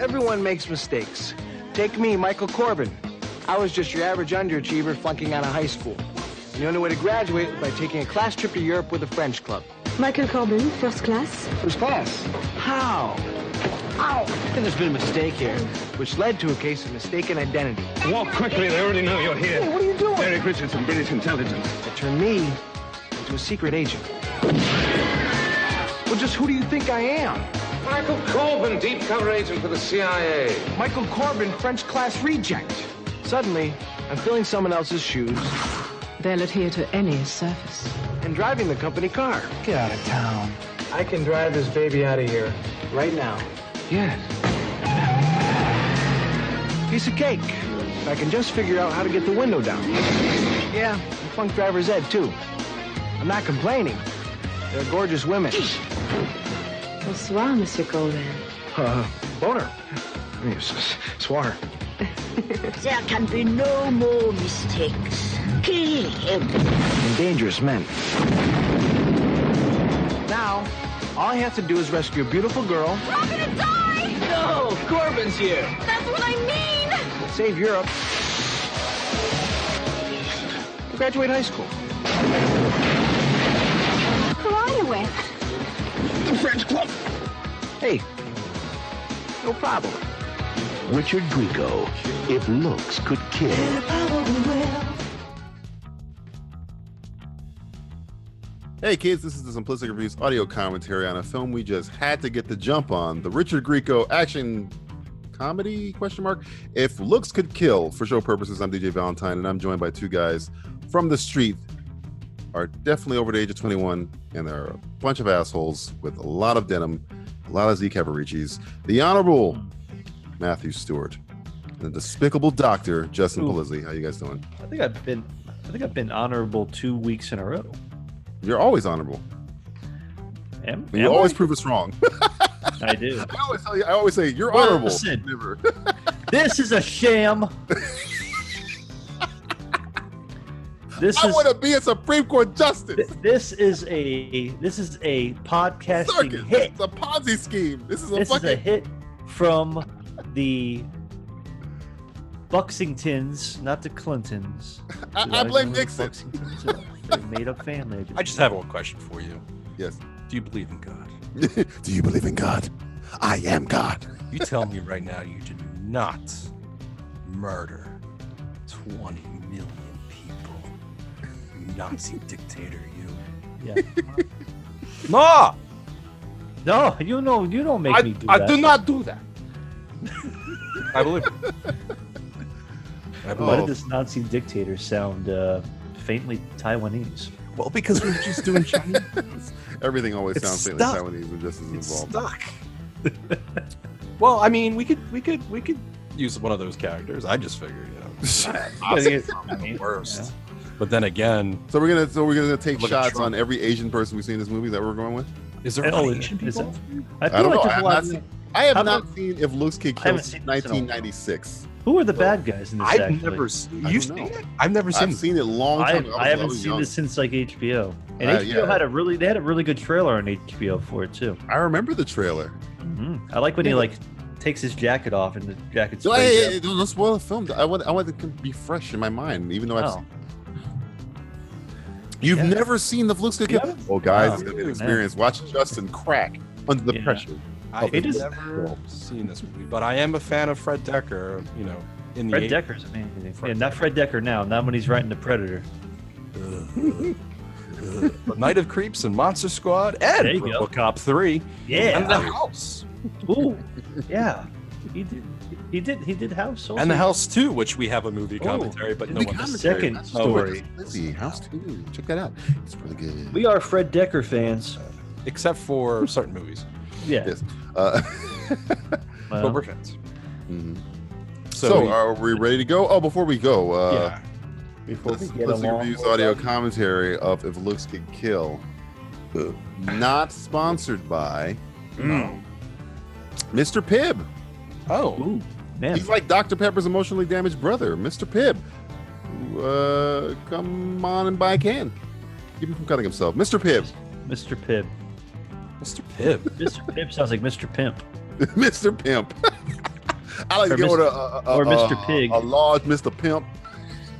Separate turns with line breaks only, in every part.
Everyone makes mistakes. Take me, Michael Corbin. I was just your average underachiever flunking out of high school. And the only way to graduate was by taking a class trip to Europe with a French club.
Michael Corbin, first class.
First class? How? Ow! And there's been a mistake here, which led to a case of mistaken identity.
Walk quickly, they already know you're here.
Hey, what are you doing?
Eric Richardson, British intelligence.
That turned me into a secret agent. Well, just who do you think I am?
Michael Corbin, deep cover agent for the CIA.
Michael Corbin, French class reject. Suddenly, I'm filling someone else's shoes
They'll adhere to any surface.
and driving the company car.
Get out of town.
I can drive this baby out of here right now.
Yes.
Piece of cake. If I can just figure out how to get the window down. Yeah, and funk driver's ed, too. I'm not complaining. They're gorgeous women.
Bonsoir, Monsieur Corbin.
Uh, boner. I mean, s- s- Swar.
There can be no more mistakes. Kill him.
and dangerous men. Now, all I have to do is rescue a beautiful girl,
I'm gonna die!
No, Corbin's here.
That's what I mean!
save Europe, graduate high school.
Who are you with?
Hey, no problem.
Richard Grieco, if looks could kill.
Hey kids, this is the Simplistic Reviews audio commentary on a film we just had to get the jump on. The Richard Grieco action comedy question mark if looks could kill for show purposes i'm dj valentine and i'm joined by two guys from the street are definitely over the age of 21 and they're a bunch of assholes with a lot of denim a lot of z Caparicis. the honorable matthew stewart and the despicable doctor justin
Ooh.
Polizzi. how you guys doing
I think I've been I think I've been honorable two weeks in a row.
you're always honorable
Am,
you
am
always prove us wrong
I? I do.
I always, tell you, I always say you're
Well,
honorable.
listen.
Never.
This is a sham. This
I
is
want to be a Supreme Court
th-
justice.
this is a this is a podcasting
Circus.
hit.
It's a Ponzi scheme. This is a
This is
fucking.
a hit from the Buxingtons, not the Clintons.
I-
Did
I blame
remember
Nixon.
Buxingtons are? They're a made-up family.
I just have one question for you.
Yes.
Do you believe in God?
Do you believe in God? I am God.
You tell me right now you did not murder 20 million people. You Nazi dictator, you.
Yeah.
No!
No, you know, you don't make
I,
me do
I
that.
do not do that. I believe. I
Oh,
Why
believe.
did this Nazi dictator sound uh, faintly Taiwanese?
Oh.
Well, because we're just doing Chinese.
Everything always
It's
sounds faintly
stuck.
Taiwanese when justice is
It's
involved.
stuck. well, I mean, we could, we could, we could use one of those characters. I just figured, you know, I think it's the worst. But then again,
So we're gonna so we're gonna take
Look at
shots
Trump.
on every Asian person we see in this movie Is that we're going with.
is there
And- oh,
any Asian
is
people?
I
I
feel
don't know. I
like there's a
have
lot
not
of-
seen. I have
How
not
about-
seen if looks kid
I
killed
haven't seen
since
this in a while.
1996.
Who are the bad guys in this?
I've
actually?
never seen.
I
You've
don't
seen
know.
it? I've never seen.
I've seen it a long
I,
time. ago.
I
was
haven't
was
seen
young.
this since like HBO, and
Uh,
HBO
yeah.
had a really they had a really good trailer on HBO for it too.
I remember the trailer.
Mhm. I like when he like takes his jacket off and the jacket
No, hey, hey,
sprays.
hey,
out.
don't don't spoil the film. I want I want it to be fresh in my mind, even though I've
Oh,
seen You've
Yeah.
never seen the Flux Cookie?
You
Oh,
haven't?
guys,
No.
it's gonna be an experience. Watch Justin crack under the
Yeah.
pressure.
I've
It is-
never seen this movie, but I am a fan of Fred Decker. You know, in the
Fred
80s.
Decker's amazing.
Fred
yeah, not Fred Decker now. Not when he's writing the Predator.
But Night of Creeps and Monster Squad and
There you go.
RoboCop Three and the
Yeah.
House
Ooh. Yeah. He did. He did. He did House. Also.
and the House Two, which we have a
Oh.
movie commentary, but no
The
one.
commentary,
second
that's
story.
so Lizzie, House 2. Check that out. It's pretty good.
We are Fred Decker fans.
except for certain movies.
Yeah.
Yes. Uh,
well,
but we're fans.
mhm.
So,
so, are we ready to go? Oh, before we go, uh,
yeah,
before
let's
we
let's
get along.
reviews audio commentary of If Looks Could Kill. Not sponsored by
Mm.
Mr. Pibb.
oh,
Ooh, man.
He's like Dr. Pepper's emotionally damaged brother, Mr. Pibb. Uh, come on and buy a can. Keep him from cutting himself. Mr. Pibb.
Mr. Pibb.
Mr. Pibb.
Mr. Pimp sounds like Mr. Pimp.
Mr. Pimp. I like
Or
to get
Mr.
with a, a, a
or
a-
Mr. Pig.
a large Mr. Pimp.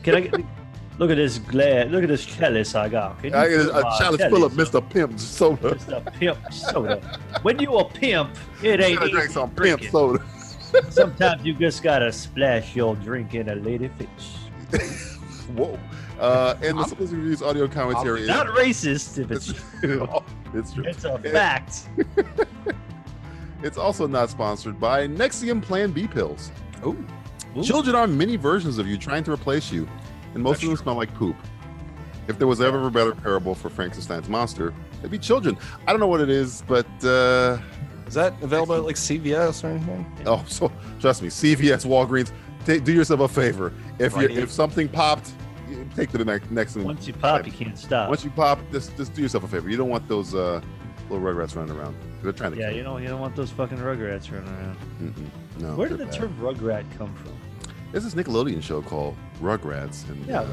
Can I get? Look at this glass. Look at this chalice I got. Can you
I get a
fill my
chalice full of Mr. Pimp soda.
Mr. Pimp soda. When you a pimp, it ain't
gotta drink
easy
some pimp
drinking.
soda.
Sometimes you just gotta splash your drink in a ladyfish.
Whoa. Uh, and the Simplistic Reviews audio commentary is
Not racist if it's true.
it's true.
It's a fact.
It's also not sponsored by Nexium Plan B pills.
Oh.
Children are many versions of you trying to replace you, and most of them smell like poop. If there was ever a better parable for Frankenstein's monster, it'd be children. I don't know what it is, but uh,
is that available at like CVS or anything?
Oh, so trust me, CVS, Walgreens. ta- do yourself a favor. If you
Right.
if something popped, you take to the next next. one.
Once you pop, you can't stop.
Once you pop, just just do yourself a favor. You don't want those uh, little rugrats running around. They're trying to.
Yeah,
kill
you don't you don't want those fucking rugrats running around.
you. Mm-mm. No.
Where did
they're
the
bad.
term rugrat come from?
There's this Nickelodeon show called Rugrats, and
Yeah,
uh,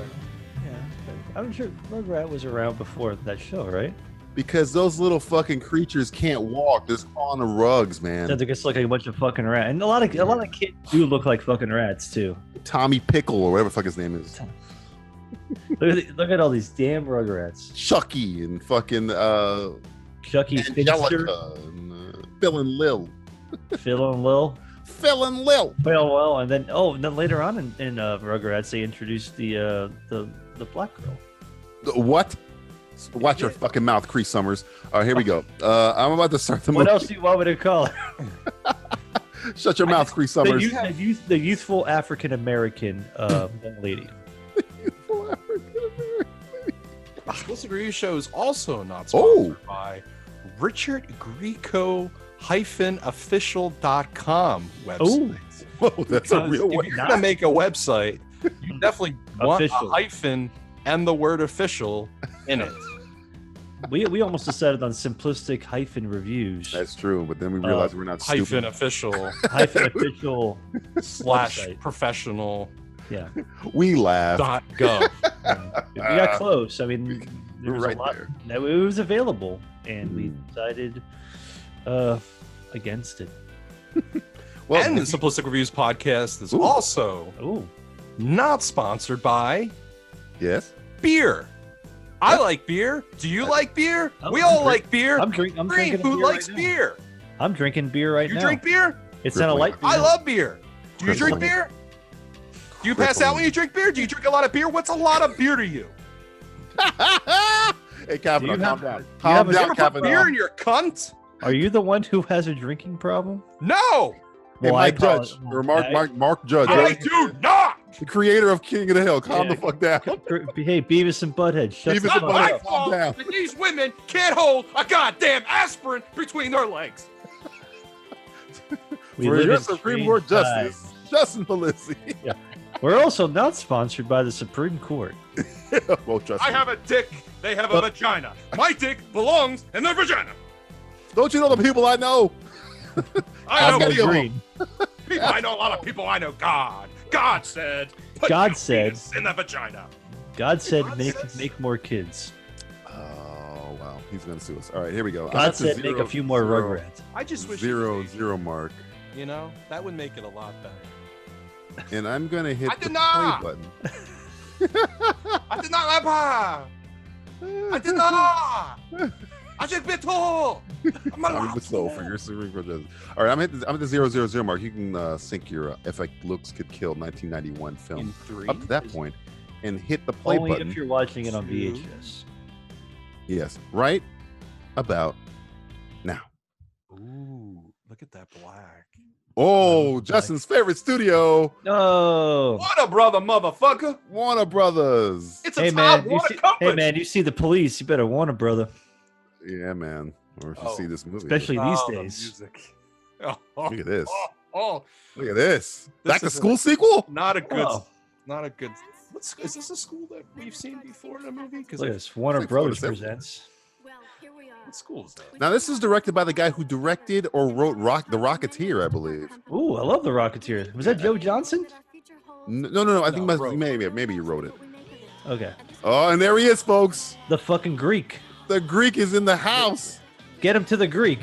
but I'm sure rugrat was around before that show, right?
because those little fucking creatures can't walk, they're just on the rugs, man.
So they just look like a bunch of fucking rats, and a lot of a lot of kids do look like fucking rats too.
Tommy Pickle or whatever the fuck his name is,
Look at, look at all these damn rugrats.
Chucky and fucking uh,
Chucky Finster,
Angelica, and, uh, Phil and Lil,
Phil and Lil.
Phil and Lil.
Well, well, and then oh, and then later on in, in uh, Rugrats, they introduced the uh, the the black girl.
The- What? Watch your fucking mouth, Cree Summers. All right, here we go. Uh, I'm about to start the
What
movie.
else do you want me to call her?
Shut your mouth, Cree
The,
Summers.
youth, the, youth, the youthful African American uh, young lady.
Explicit Review Show is also not sponsored
Oh.
by Richard Grieco hyphen official.com website.
Whoa, that's a
Because
real
if
one.
you're gonna make a website, you definitely want a
Official.
hyphen and the word official in it.
We we almost decided on simplistic hyphen reviews
That's true, but then we
Uh,
realized we're not
Hyphen
stupid.
official
hyphen official
slash
website.
professional
Yeah,
We laugh.
dot gov.
we got close. I mean, there
We're
was
Uh, right
a lot
there.
that it was available, and we
Mm.
decided uh, against it.
Well,
and the Simplistic Reviews podcast is
Ooh.
also
Oh,
not sponsored by
yes.
beer. I like beer. Do you like beer?
Oh,
we
I'm
all
drink-
like beer.
I'm, drink, I'm
Green,
drinking. a
who
beer right
likes
now.
beer?
I'm drinking beer right
you
now.
drink beer?
It's not a light beer.
I love beer. Do you
Crippling.
drink beer? Do you pass out when you drink beer? Do you drink a lot of beer? What's a lot of beer to you?
hey, Kavanaugh,
Do you
calm
have-
down.
do you
Calm
have a-
down,
Put beer
Kavanaugh.
in your cunt?
Are you the one who has a drinking problem?
No,
Hey,
I
Mike
apologize.
Judge, or Mark, Mark, Mark Judge,
I
right?
do not.
the creator of King of the Hill. Calm
Yeah.
the fuck down.
Hey, Beavis and Butthead, shut
Beavis
the
and
fuck
Not
Butthead.
my
up.
Calm
fault
down.
that oh, these women can't hold a goddamn aspirin between their legs.
We
For
live
your
in
Supreme
strange
Court
times.
Justice, Justin Pelosi.
We're also not sponsored by the Supreme Court.
well, trust
I
me.
have a dick. They have a
But-
vagina. My dick belongs in their vagina.
Don't you know the people I know?
I know
Ask
people.
any of them.
people. I know a lot of people. I know God. God said. put
God
your
said.
penis in the vagina.
God said,
God
make
says-
make more kids.
Oh wow, he's gonna sue us. All right, here we go. I'm
God
at the
said, make
zero-
a few more
zero-
Rugrats.
I just wish
zero zero mark,
You know that would make it a lot better.
and I'm gonna hit
I
the
did not.
play button.
I did not have her. I did not. I just bit tall. I'm
I'm with slow for your Supreme Court Justice. All right, I'm at the, I'm at the zero zero zero mark. You can uh, sync your uh, "If I Looks Could Kill" 1991
In
film
three.
up to that point, and hit the play
Only if
button.
you're watching it on
Two.
VHS.
Yes, right about now.
Ooh, look at that black.
Oh,
Oh,
Justin's favorite studio,
No.
What a brother, motherfucker!
Warner Brothers.
It's a
Hey
top
man, you
water
see,
company.
hey man, you see the police. You better warn a brother,
Yeah, man. Or if you
Oh,
see this movie,
especially these
Oh, the
days.
music. Oh, oh,
look at this.
oh, oh,
Look at this.
This
Back to
is a-
school sequel.
not a good,
Oh.
not a good. What's is this a school that we've seen before in a movie? Because
Look at this. Warner
like
Brothers
photos everywhere.
presents.
Well, here we are.
what school is that?
Now this is directed by the guy who directed or wrote Rock the Rocketeer, I believe.
Ooh, I love the Rocketeer. Was that Joe Johnson?
N- No, no, no. I think
No,
must-
wrote.
maybe maybe you wrote it.
Okay.
Oh, and there he is, folks.
The fucking Greek.
The Greek is in the house.
Get him to the Greek.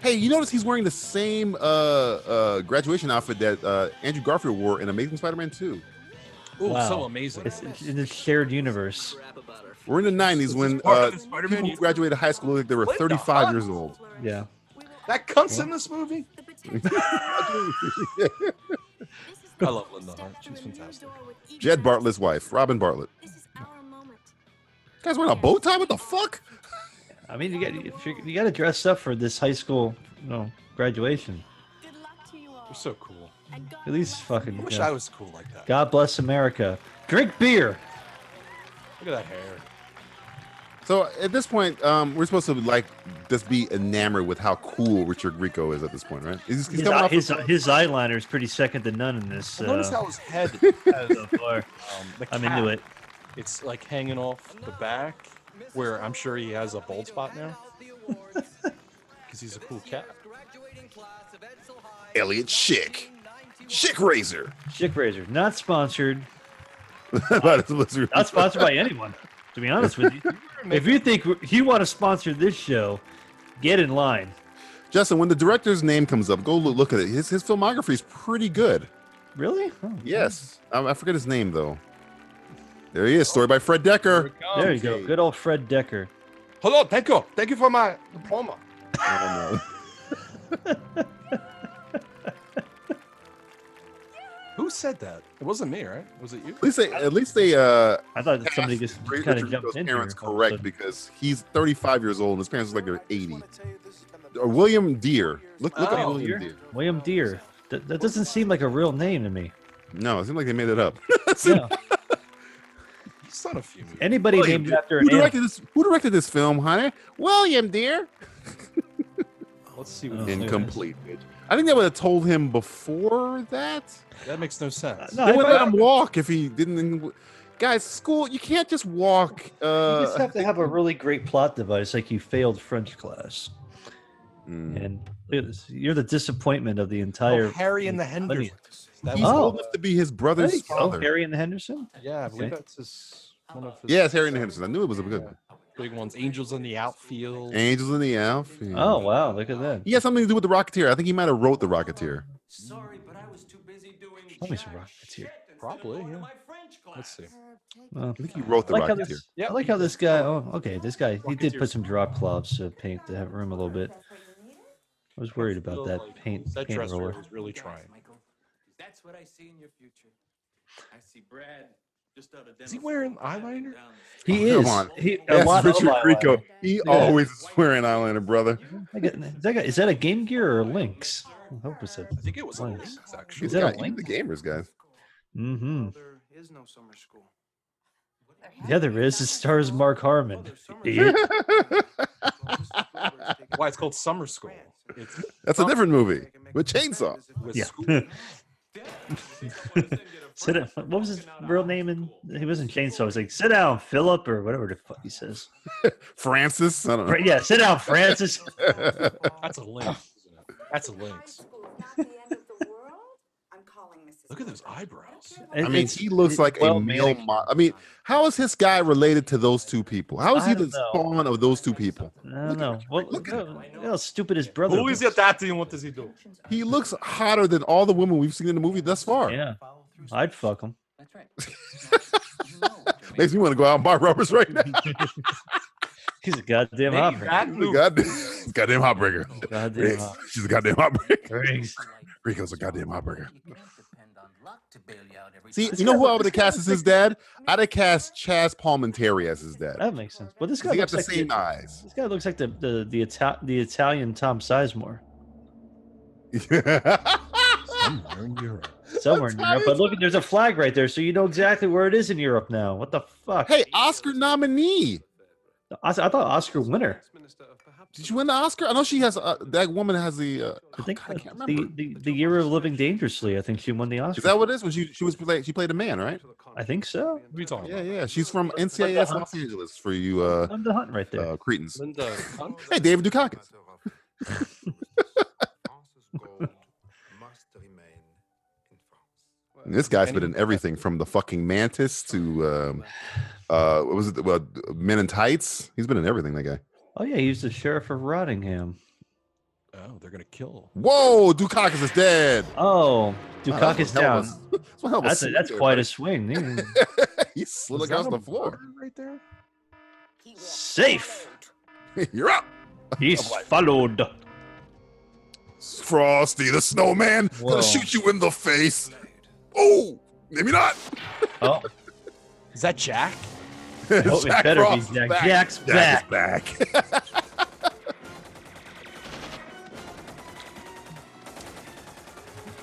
Hey, you notice he's wearing the same uh, uh, graduation outfit that uh, Andrew Garfield wore in Amazing Spider-Man 2.
Oh, so amazing.
It's, it's in a shared universe.
We're in the 90s when uh, people who graduated high school like they were
What the
35
fuck?
years old.
Yeah.
That cunt's in this movie. I love Linda Hart. She's fantastic.
Jed Bartlett's wife, Robin Bartlett. Guys wearing a bow tie? What the fuck?
I mean, you got if you, you got to dress up for this high school, you know, graduation.
They're so cool.
At least fucking.
I wish
yeah.
I was cool like that.
God bless America. Drink beer.
Look at that hair.
So at this point, um, we're supposed to like just be enamored with how cool Richard Rico is at this point, right? He's, he's
His,
coming
eye-
off
his, his eyeliner is pretty second to none in this.
Well, notice
uh,
how his head um,
has a bar.
the
I'm into
cap.
it.
It's like hanging off the back, where I'm sure he has a bald spot now. Because he's a cool cat.
Elliot Schick, Schick Razor.
Chick Razor, not sponsored.
Not sponsored
Not sponsored by anyone. To be honest with you, if you think you want to sponsor this show, get in line.
Justin, when the director's name comes up, go loo- look at it. His, his filmography is pretty good.
Really?
Yes. Um, I forget his name, though. There he is. Story by Fred Decker.
There you go. Good old Fred Decker.
Hello, thank you. Thank you for my diploma.
Oh,
Who said that? It wasn't me, right? Was it you?
At least they, at least they uh,
I thought that somebody just
raised
kind
Richard
of jumped
Rico's
in.
parents
here.
correct because he's 35 years old and his parents look like they're 80. Or William Deere. Look, look up
Oh.
William Deere.
William Deere. That, that doesn't seem like a real name to me.
No, it seemed like they made it up.
Yeah.
He's done a few movies.
Anybody
William
named
Deere.
after
who
an animal.
directed this? Who directed this film, honey? William Deere.
Let's see
Oh,
what
there it is.
Incomplete. bitch. I think they would have told him before that.
That makes no sense.
No,
They would
I-
let him walk if he didn't. Guys, school, you can't just walk.
you just
Uh,
have to have a really great plot device, like you failed French class,
mm.
and look at this. you're the disappointment of the
Oh,
entire.
Harry and the Hendersons. That
He's
was,
Oh.
old enough to be his
There
brother's
you go,
father.
Harry and the Henderson.
yeah, I believe
Okay.
that's his one of his
Yeah, it's Harry and Henderson. I knew it was a good one.
big ones. Angels in the outfield.
Angels in the Outfield.
Oh wow, look at that.
He had something to do with the Rocketeer. I think he might have wrote the Rocketeer.
Show me some rockets here.
Probably. Yeah. Let's see.
Well,
I think he wrote
I
the
like how
Rocketeer.
this. I like how this guy. Oh, okay, this guy. He did put some drop cloths to paint the room a little bit. I was worried about that paint
That
paint
dresser
roller.
was really trying.
That's what I see in your future. I see Brad just out of
Is he wearing eyeliner?
He
Oh, Come
is.
on.
He, a
That's
lot of
Richard
eyeliner.
Grieco. He always is wearing eyeliner, brother.
I got- Is that, guy- is that a Game Gear or a Lynx? I hope it's a.
I think it was a
Nice.
Lynx, actually.
He's
that a
got
link?
the gamers, guys.
Mm-hmm.
There is no summer school.
The other is it stars Mark Harmon. Idiot.
Why it's called Summer School. It's
That's a different movie with Chainsaw.
with
Yeah.
school.
Sit down. What was his real name? And he wasn't Chainsaw. He was like, sit down, Philip, or whatever the fuck he says.
Francis. I don't know.
Fra- yeah, sit down, Francis.
That's a Lynx. isn't it? That's a Lynx. Look at those eyebrows.
I mean,
It's-
he looks
it's
like a
well
male.
manicured.
Mo- I mean, how is his guy related to those two people? How is
I
he
don't
the
know.
spawn of those two people?
I don't know. Well, look how, look how stupid his brother
Who is your
looks.
daddy and what does he do?
He looks hotter than all the women we've seen in the movie thus far.
Yeah. I'd fuck him.
That's right. You know what I mean.
Makes me want to go out and buy rubbers right now.
He's a goddamn
Maybe
opera.
that move.
goddamn, goddamn heartbreaker.
Oh, Goddamn
Riggs.
opera.
She's a goddamn heartbreaker.
Riggs.
Rico's a goddamn heartbreaker.
You can't depend on luck to bail you out every
See,
time.
you know who I would have cast as his dad? I'd have cast Chaz Palminteri as his dad.
That makes sense. Well, this guy
He got
looks
the
like
same
the,
eyes.
this guy looks like the the the, Ita- the Italian Tom Sizemore
Somewhere in Europe.
somewhere in Europe. But look, there's a flag right there, so you know exactly where it is in Europe now. What the fuck?
hey, Oscar nominee.
I, I thought Oscar winner.
Oh, Did you win the Oscar? I know she has uh, that woman has the. Uh,
I think
God, I can't
the,
remember.
the, the year of living dangerously. I think she won the Oscar.
Is that what it is? When she she was play, she played a man, right?
I think so.
What are you talking
Yeah,
about?
yeah. She's from NCIS Los Angeles for you, uh,
I'm the hunt right there.
uh Cretans.
Linda.
Hey, David Dukakis. And This guy's been in everything from the fucking mantis to um, uh, what was it? Well, Men in Tights. He's been in everything. That guy.
oh yeah, he's the sheriff of Rottingham.
Oh, No, they're gonna kill.
Whoa, Dukakis is dead.
Oh,
Dukakis
Dukakis down.
that's one hell of a
That's, a,
swing
that's
there,
quite a
buddy.
swing. dude.
he slid
Was
across
that
the
a
floor.
Right there.
Safe.
You're up.
He's followed.
Frosty the snowman
Whoa.
gonna shoot you in the face. Oh, maybe not.
Oh,
Is that Jack?
I hope it better be
Frost is
Jack. Jack's
Jack is back.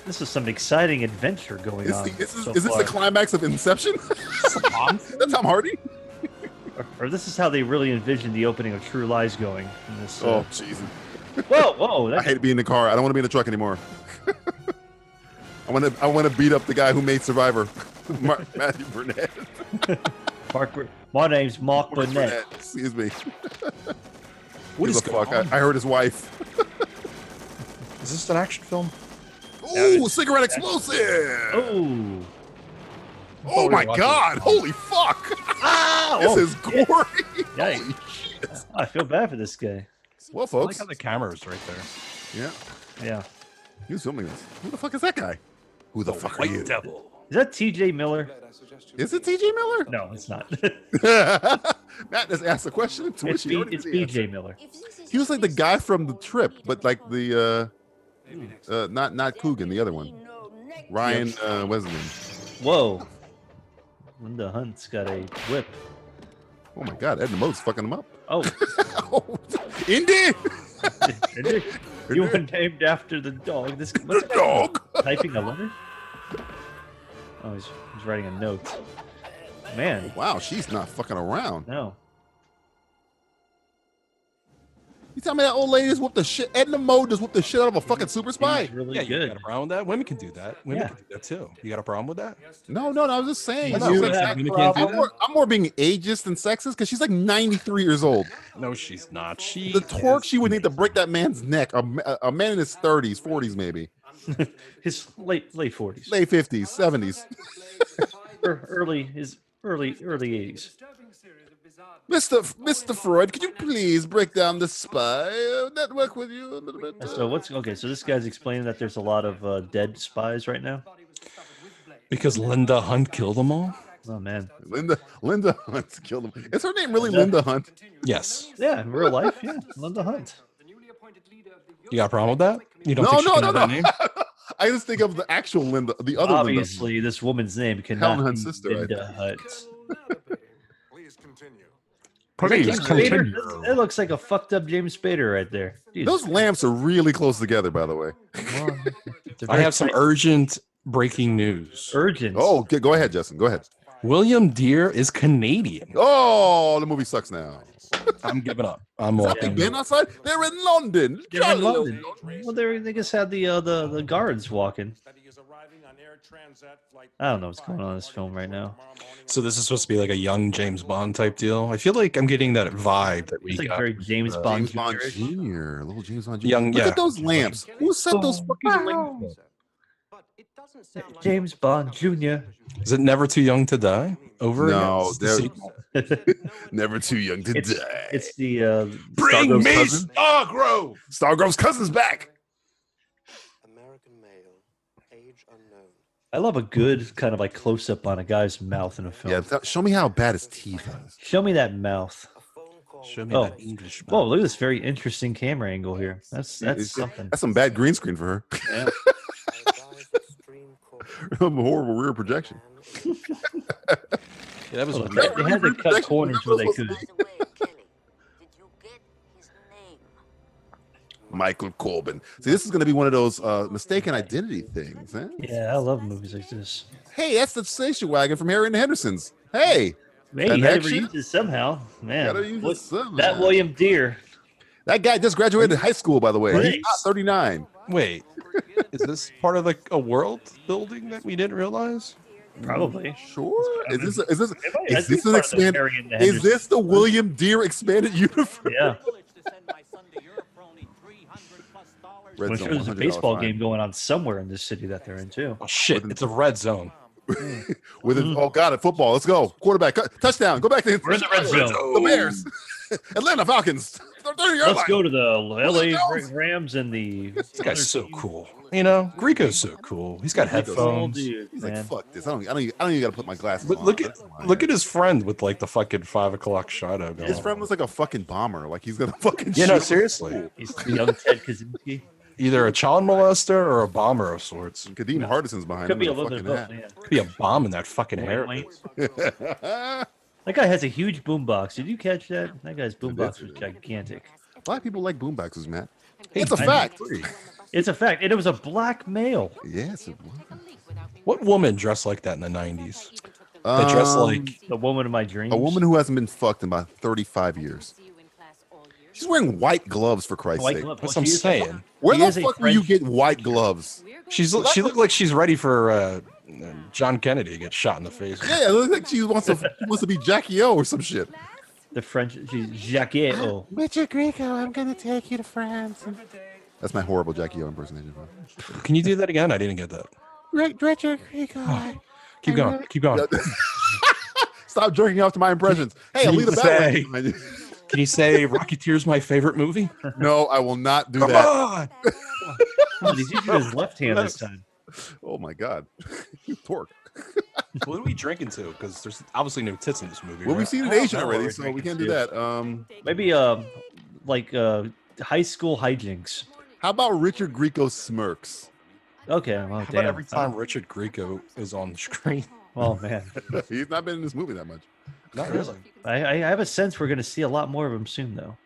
this is some exciting adventure going
Is,
on.
the, is, this-
so
is this
far.
the climax of Inception? That's Tom Hardy.
or this is how they really envisioned the opening of True Lies going. In this, uh,
Oh, Jesus.
Whoa, whoa!
I
That,
hate being in the car. I don't want to be in the truck anymore. I want to. I want to beat up the guy who made Survivor, Mar- Matthew Burnett.
Mark, Bur- my name's Mark Burnett.
Excuse me. Give
What is
a fuck.
going
I,
on?
I heard his wife.
Is this an action film?
Ooh, cigarette explosive!
Oh,
Oh my
watch
god!
it.
Holy fuck!
oh,
this is gory.
Yikes.
Holy shit!
I feel bad for this guy.
Well,
I like
folks,
how the camera is right there.
yeah,
Yeah,
he was filming this. Who the fuck is that guy? Who the fuck are
White
you?
Devil.
is Oh, that T.J. Miller?
Is it T.J. Miller?
No, it's not.
Matt just asked a question to which
it's
he
B,
already
it's
knew the
B.J. Miller.
He was like the guy from the trip, but like the uh, uh not not Coogan, the other one, Ryan uh, Wesley.
Whoa, Linda Hunt's got a whip.
Oh my God, Edna Mode's fucking him up.
Oh,
oh, Indy,
you were named after the dog. This what's
the
that?
dog.
typing a letter. Oh, he's, he's writing a note. Man,
Wow, she's not fucking around.
no.
You tell me that old lady just whooped the shit. Edna Mode just whooped the shit out of a fucking super spy.
He's really
yeah, you
good.
got a problem with that? Women can do that. Women
Yeah.
can do that too. You got a problem with that?
No, no, no. I was just saying.
You
it's
have
like-
a
I'm,
women can't do
more, I'm more being ageist than sexist because she's like 93 years old.
No, she's not. She
The torque
is-
she would need to break that man's neck. A, ma- a man in his 30s, 40s, maybe
His late late forties,
late 50s, 70s.
early his early early eighties.
Mr. F- Mr. Freud, could you please break down the spy uh, network with you a little bit? Uh,
So what's okay? So this guy's explaining that there's a lot of uh, dead spies right now.
because Linda Hunt killed them all.
Oh man,
Linda Linda Hunt killed him. Is her name really Linda Hunt?
Yes.
yeah, in real life, yeah, Linda Hunt.
You got a problem with that? You don't
No,
think she
no,
can
no,
have
no.
that name?
I just think of the actual Linda, the other
Obviously, this woman's name cannot
Helen Hunt's
be
sister, I
Linda Hunt.
Please continue.
Please
James Spader?
continue.
That's- That looks like a fucked up James Spader right there. Jeez.
Linda. Those lamps are really close together, by the way.
Well, they're
I
very
have some
tight.
urgent breaking news.
urgent.
Oh, g- go ahead, Justin. Go ahead.
William Deere is Canadian.
Oh, the movie sucks now.
I'm giving up. I'm
They
walking.
been outside. They're in London.
They're
Jolly
in London. Well, they they just had the uh, the the guards walking. I don't know what's going on in this film right now.
So this is supposed to be like a young James Bond type deal. I feel like I'm getting that vibe that we
It's like
got.
very James
uh,
Bond.
James Bond
Jr.
Jr. Little James Bond Jr.
Young-
Look
yeah.
at those lamps. Who set those fucking lamps? up?
James Bond Jr.
Is it Never Too Young to Die? Over. and
No,
out? It's the
they're-
sequel.
Never too young to
It's,
die.
it's the uh,
Bring
Stargrove's
me
cousin.
Stargrove. Stargrove's cousin's back.
American male, age unknown.
I love a good kind of like close up on a guy's mouth in a film.
Yeah, th- show me how bad his teeth are.
Show me that mouth.
Show me
Oh.
that English.
Whoa, look at this very interesting camera angle here. That's that's something.
That's some bad green screen for her. Horrible rear projection.
Yeah, that was
Oh,
weird.
they they had to cut corners where they could.
Michael Corbin. See, this is going to be one of those uh, mistaken identity things. eh?
Yeah, I love movies like this.
Hey, that's the station wagon from Harry and the Hendersons. Hey,
Man, you had to
Connection?
reuse it somehow.
Gotta use it
Man, what- that
somehow.
William Deere.
that guy just graduated high school, by the way. He's not
Thanks.
39.
Wait, is this part of like a world building that we didn't realize?
Probably.
Sure. Is this is this
It might- I
is
think
this an
part of the
expanded?
Harry and the
Is this
Hendersons-
the William Deere expanded universe?
Yeah.
Red Zone,
Well, sure, there's a
$100
baseball
fine.
game going on somewhere in this city that they're in too.
Oh shit! It's a red zone.
With
Mm-hmm.
it, oh god, it football. Let's go. Quarterback cut- uh, touchdown. Go back to
We're in the red zone.
The Bears, Atlanta Falcons. They're through your
Let's
life.
go to the LA Rams and the. This
guy's so cool. You know, Greco's so cool. He's got
Greco's a cool
headphones.
dude,
He's like, fuck this. I don't. I don't. Even, I don't even got to put my glasses
But
on.
look at look at his friend with like the fucking five o'clock shadow going.
his friend looks like a fucking bomber. Like he's gonna fucking.
Yeah, no,
shoot.
seriously.
He's young Ted Kaczynski.
Either a child molester or a bomber of sorts.
Kadeem Hardison's behind
Could him be in a the little bit fucking of both, hat. yeah.
Could be a bomb in that fucking hair.
That guy has a huge boombox. Did you catch that? That guy's boombox was gigantic.
Black people like boomboxes, Matt.
Hey,
it's a
I-
fact.
It's a fact, and it was a black male.
Yes.
What woman dressed like that in the nineties? That dressed
Um,
like
the woman of my dreams.
A woman who hasn't been fucked in about 35 years. She's wearing white gloves for Christ's
White
sake.
gloves. That's what I'm She is a- saying.
Where
she
the
is a
fuck will you get white gloves?
she's she looked like she's ready for uh, John Kennedy to get shot in the face.
Yeah, it looks like she wants to she wants to be Jackie O or some shit.
The French, she's Oh, Jackie O.
Richard Greco, I'm gonna take you to France. That's my horrible Jackie O impersonation.
Can you do that again? I didn't get that.
Richard Greco.
Keep going. Keep going.
Stop jerking off to my impressions. Hey,
Can
I'll leave
you
the battle.
say- Can you say Rocketeer's my favorite movie?
No, I will not do
Come
that.
on!
Oh, did you do his left hand this time?
Oh my god. you pork.
what are we drinking to? Because there's obviously no tits in this movie.
Well,
right?
we've seen it
I don't
Asian
know what
already,
we're
so we
drinking
can't do
to.
that. Um,
Maybe um, like uh, high school hijinks.
how about Richard Grieco smirks?
Okay, well,
How about
damn.
every time Richard Grieco is on screen?
Oh man,
He's not been in this movie that much.
Not really.
I, I have a sense we're gonna see a lot more of him soon, though.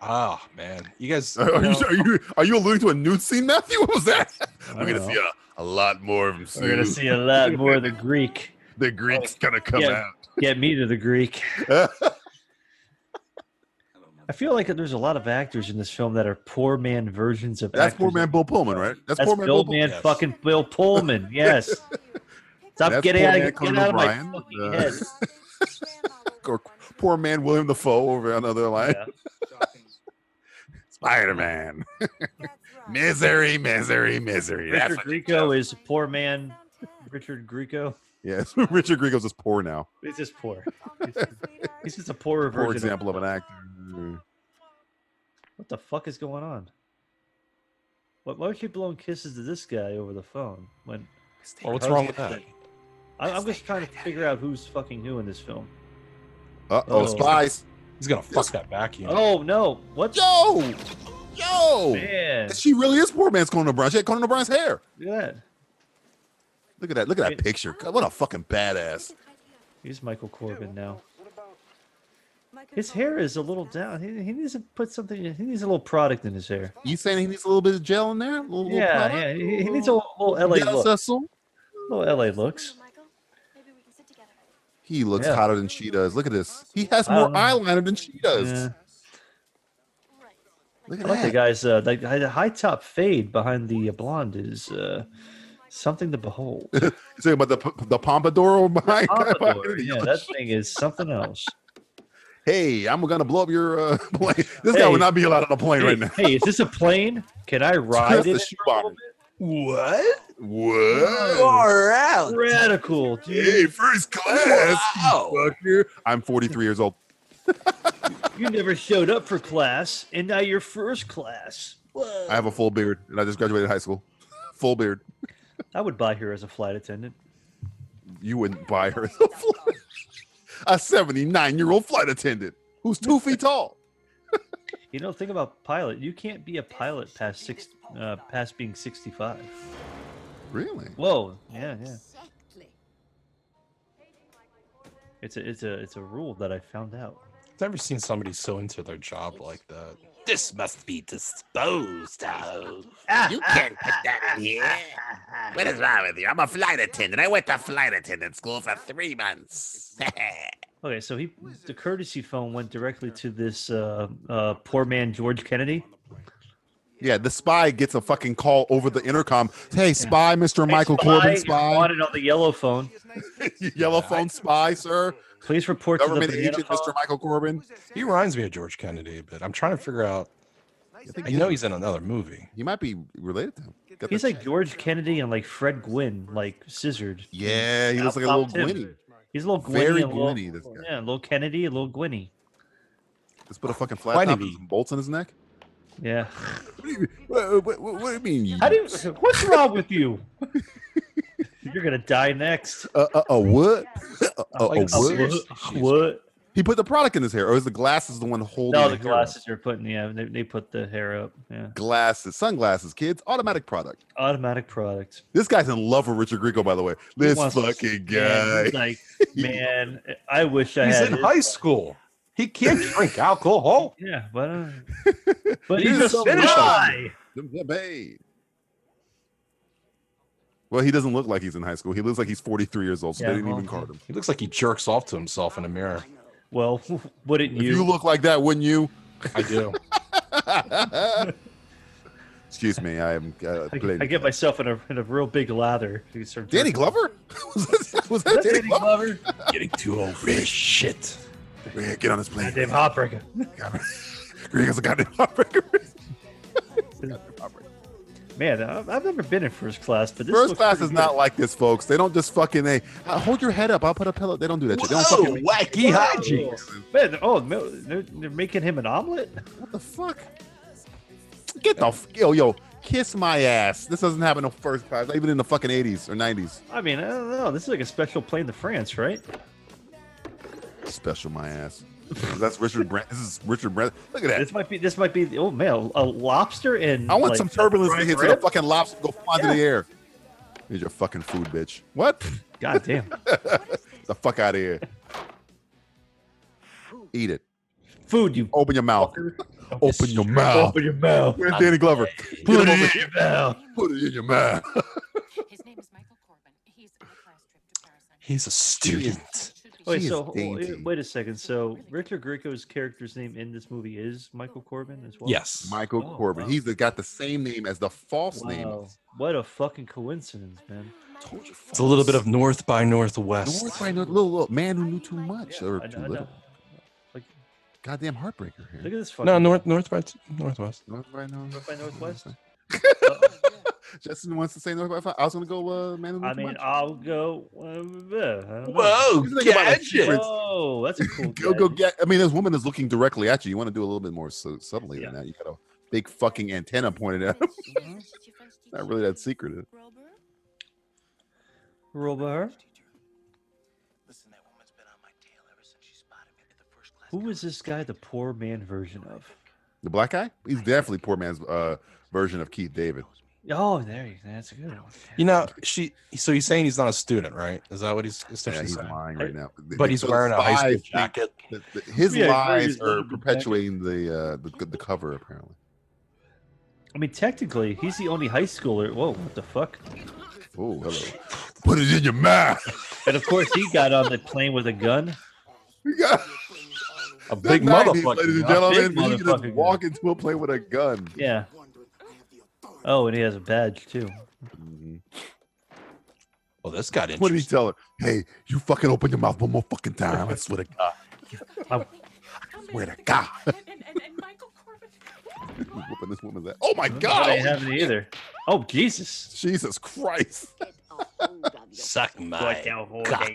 Ah, man. You guys.
Are, are
you
you,
know,
are you are you alluding to a nude scene, Matthew? What was that? We're gonna
know.
see a, a lot more of him soon.
We're gonna see a lot more of the Greek.
the Greek's gonna come
Get, get me to the Greek.
out.
I feel like there's a lot of actors in this film that are poor man versions of
That's
actors
poor man
that-
Bill Pullman, right? That's,
That's,
poor man
Bill
Bill Pullman.
Man fucking Bill Pullman. Yes. Stop
That's
getting
poor
out
man
of, get
Conan
out of my
O'Brien,
fucking
uh,
head.
Or poor man William Defoe over on the other line.
Yeah.
Spider Man. misery, misery, misery. That's what-
Richard Grieco is poor man. Richard Grieco.
yes, Richard Grieco's just poor now.
He's just poor. He's just a poorer version.
Poor
of-
example of an actor.
what the fuck is going on? What, why was she blowing kisses to this guy over the phone? When
Or what's wrong with that?
I, I'm just trying to figure out who's fucking who in this film.
Uh
Oh.
oh, spies.
He's gonna fuck that back. You know?
Oh no! What?
Yo! Yo!
Man,
She really is poor man's Conan O'Brien. She had Conan O'Brien's hair.
look at
Look at that.
that.
Look at that picture. God, what a fucking badass.
He's Michael Corbin now. His hair is a little down. He, he needs to put something. He needs a little product in his hair.
You saying he needs a little bit of gel in there? A little, little
Yeah,
product?
yeah. He, he needs a little, little LA
Yes,
look.
that's all.
Little LA looks.
He looks
Yeah.
hotter than she does. Look at this. He has
I
more
don't know.
eyeliner than she does.
Yeah.
Look
I
at
like the
that.
guy's uh, the, the high top fade behind the blonde is uh, something to behold.
You talking about the p- the pompadour over behind?
Pompadour, yeah, that thing is something else.
Hey, I'm gonna blow up your uh, plane. This guy would
Hey.
not be allowed on a plane
Hey,
right now.
hey, is this a plane? Can I ride
Just
it?
the shoe bomber.
What?
What?
Oh.
out.
Radical, dude.
Hey, first class.
Wow.
you fucker. I'm 43 years old.
You never showed up for class, and now you're first class.
I have a full beard, and I just graduated high school. Full beard.
I would buy her as a flight attendant.
You wouldn't buy her the flight. a 79 year old flight attendant who's two feet tall.
You know, think about pilot. You can't be a pilot past six, uh, past being sixty-five.
Really?
Whoa, yeah, yeah. It's a, it's a, it's a rule that I found out.
I've never seen somebody so into their job like that. This must be disposed of.
You can't put that in here. What is wrong with you? I'm a flight attendant. I went to flight attendant school for three months.
Okay, so he the courtesy phone went directly to this uh, uh, poor man George Kennedy.
Yeah, the spy gets a fucking call over the intercom. Hey, spy, Mr. Michael
Spy
Corbin,
is
spy.
wanted on the yellow phone.
Yellow phone spy, sir.
Please report to the
Government
banana
agent,
phone.
Mr. Michael Corbin.
He reminds me of George Kennedy, but I'm trying to figure out. I know he's in another movie.
He might be related to him. Got
He's
the-
like George Kennedy and like Fred Gwynn, like scissored.
yeah, he looks like a little
Tim.
Gwinny.
He's a little Gwynny.
Very
and a little-
Gwynny, this guy.
Yeah, a little Kennedy, a little Gwynny.
Just put a fucking
Why
flat
did
top and
he-
some bolts in his neck.
Yeah.
What do you, what, what, what, what do you mean?
How do you, what's wrong with you? You're gonna die next.
Uh, uh, uh, what? Uh, uh,
Like,
uh, what?
seriously? What?
He put the product in his hair, or is the glasses the one holding?
No, the
hair up?
glasses are putting. Yeah, they, they put the hair up. Yeah.
Glasses, sunglasses, kids, automatic product.
Automatic product.
This guy's in love with Richard Grieco, by the way.
He
This
wants-
fucking guy.
Man, he's like, man, I wish I
He's
had.
in
his-
high school. He can't drink alcohol.
Yeah, but uh, but
You
he's
just
so
finished
high.
Babe. Well, he doesn't look like he's in high school. He looks like he's 43 years old, so
Yeah,
they didn't
well,
even card him.
He looks like he jerks off to himself in a mirror.
Well, wouldn't
If you look like that, wouldn't you?
I do.
Excuse me, I am uh,
I,
playing.
I get myself in a in a real big lather. to start
Danny
jerking-
Glover? was that, was that
That's
Danny
Danny
Glover?
Glover.
Getting too old for this shit.
Yeah, get on this plane.
Goddamn heartbreaker.
Grieco's a goddamn heartbreaker.
Man, I've, I've never been in first class, but this
First
looks
class
pretty
is
good.
not like this, folks. They don't just fucking they uh, hold your head up. I'll put a pillow. They don't do that. shit. They don't
Whoa,
fucking
wacky
Whoa.
hijinks.
Man, they're- oh, no, they're, they're making him an omelet.
What the fuck? Get the f- yo yo. Kiss my ass. This doesn't happen in first class, not even in the fucking eighties or nineties.
I mean, I don't know. This is like a special plane to France, right?
Special my ass. That's Richard Brent. This is Richard Brent. Look at that.
This might be. This might be. the- Oh man, a lobster and
Uh, I want
like,
some turbulence to
fried
hit so the
rib?
fucking lobster go flying through the
Yeah.
air. Here's your fucking food, bitch. What?
God damn.
the fuck out of here. Eat it.
Food, you
Open your mouth. Open your mouth.
your mouth.
Where's Danny Glover? Get him
Put it
over
in
here.
your mouth.
Put it in your mouth.
He's a student.
Wait,
She is
so
dainty.
wait a second. So Richard Grieco's character's name in this movie is Michael Corbin as well.
Yes.
Michael
Oh,
Corbin.
wow.
He's the- got the same name as the false name.
Wow. What a fucking coincidence, man.
It's a little bit of North by Northwest.
North by North, little, little man who knew too much or
I
too
know, I
little.
know. Like,
Goddamn heartbreaker
look
here.
at this fucking.
No, North North by Northwest.
North by North.
North by Northwest.
Justin wants to say North by. Fi- I was gonna go uh, man who knew
I
too
mean,
much.
I'll go. uh, I don't know.
Whoa,
Just think about that difference.
Whoa, that's a cool.
Go go
gadget.
get. I mean, this woman is looking directly at you. You want to do a little bit more so, subtly
Yeah.
than that. You got a big fucking antenna pointed at him. Not really that secretive.
Robert.
Listen, that woman's been on my tail ever since she spotted me at the first class.
Who is this guy? The poor man version of.
The black guy. He's definitely poor man's uh, version of Keith David.
Oh, there you. That's a good one.
You know, she. So he's saying he's not a student, right? Is that what he's
Yeah,
essentially
he's
saying?
lying right now. They-
But
they
he's
put
wearing a high
spy
school
thing-
jacket.
the- the- his
Yeah, Greg
lies
is
are
looking for
perpetuating the, uh, the the cover apparently.
I mean, technically, he's the only high schooler. Whoa, what the fuck?
Oh, hello. Put it in your mouth.
And of course, he got on the plane with a gun.
You got-
A big
The 90s,
motherfucker.
Ladies and
huh?
gentlemen,
Big
you can just
motherfucker.
walk into a plane with a gun.
Yeah. Oh, and he has a badge too.
Well, this got
What did
interesting.
he tell her? Hey, you fucking open your mouth one more fucking time. I swear to God.
I-
Swear to God. Whooping this woman's ass. Oh my God.
I ain't having it either. Oh Jesus!
Jesus Christ.
Suck my. cock.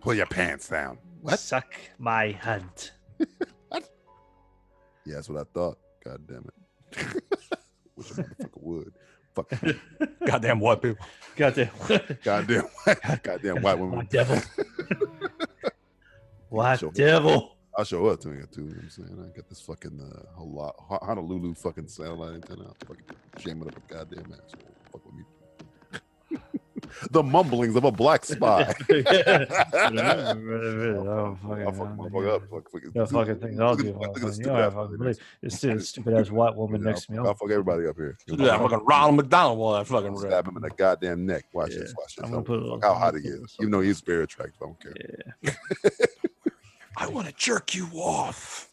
Pull your pants down. What?
Suck my hand.
Yeah, that's what I thought. God damn it. Wish a motherfucker would. Fuck.
Goddamn white people.
Goddamn.
Goddamn. white- Goddamn white woman.
White devil. White
Sure.
devil.
I'll show up to it too. You know what I'm saying I got this fucking uh, whole lot Ho- Honolulu fucking satellite antenna. I'll fucking jam it up a goddamn asshole. Fuck with me. the mumblings of a black spy.
oh,
I'll fuck motherfucker up. Fuck, fuck,
No fucking thing. I'll do.
Look at
Fucking,
this
you
stupid
know, I
ass
fucking
lady.
really, it's the stupid ass white woman
I'll,
next to me.
I'll fuck everybody up here.
Look at that fucking Ronald McDonald while that fucking
I'll stab him in the goddamn neck. Watch
Yeah.
this. Watch this.
I'm
I'm
gonna
gonna
put a
fuck
little-
how hot he
I'm gonna
is.
put
Even though he's very attractive, I don't care.
I want to jerk you off.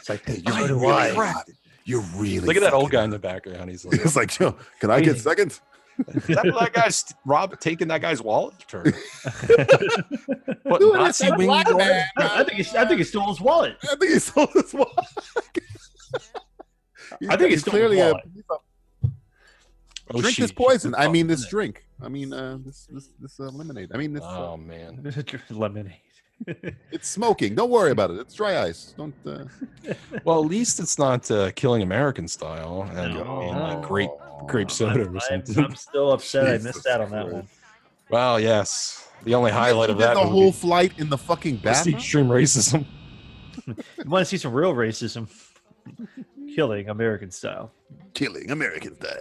It's like,
Hey,
so
you're
do
really
I.
hot. You're really.
Look at that old
fucking-
guy in the background. He's like,
It's like, yo, can I get seconds?
is that that guy's Rob taking that guy's wallet? Or what
Dude, it's
Nazi
that
wing?
black
going?
man.
I, I think he, I think he stole his wallet.
I think he sold his wallet.
I think he stole his wallet.
Oh,
drink this
she-
poison. I
Oh,
mean this drink. I mean uh, this this this uh, lemonade. I mean this. Uh,
Oh man,
Lemonade.
it's smoking. Don't worry about it. It's dry ice. Don't. Uh...
Well, at least it's not uh, killing American style and, and, uh, grape grape soda or
I'm,
something.
I'm still upset I missed out on that one.
Wow, yes, the only highlight of
Did
that
the
movie
whole flight in the fucking
was the
bathroom.
extreme racism.
You want to see some real racism? Killing American style.
Killing American style.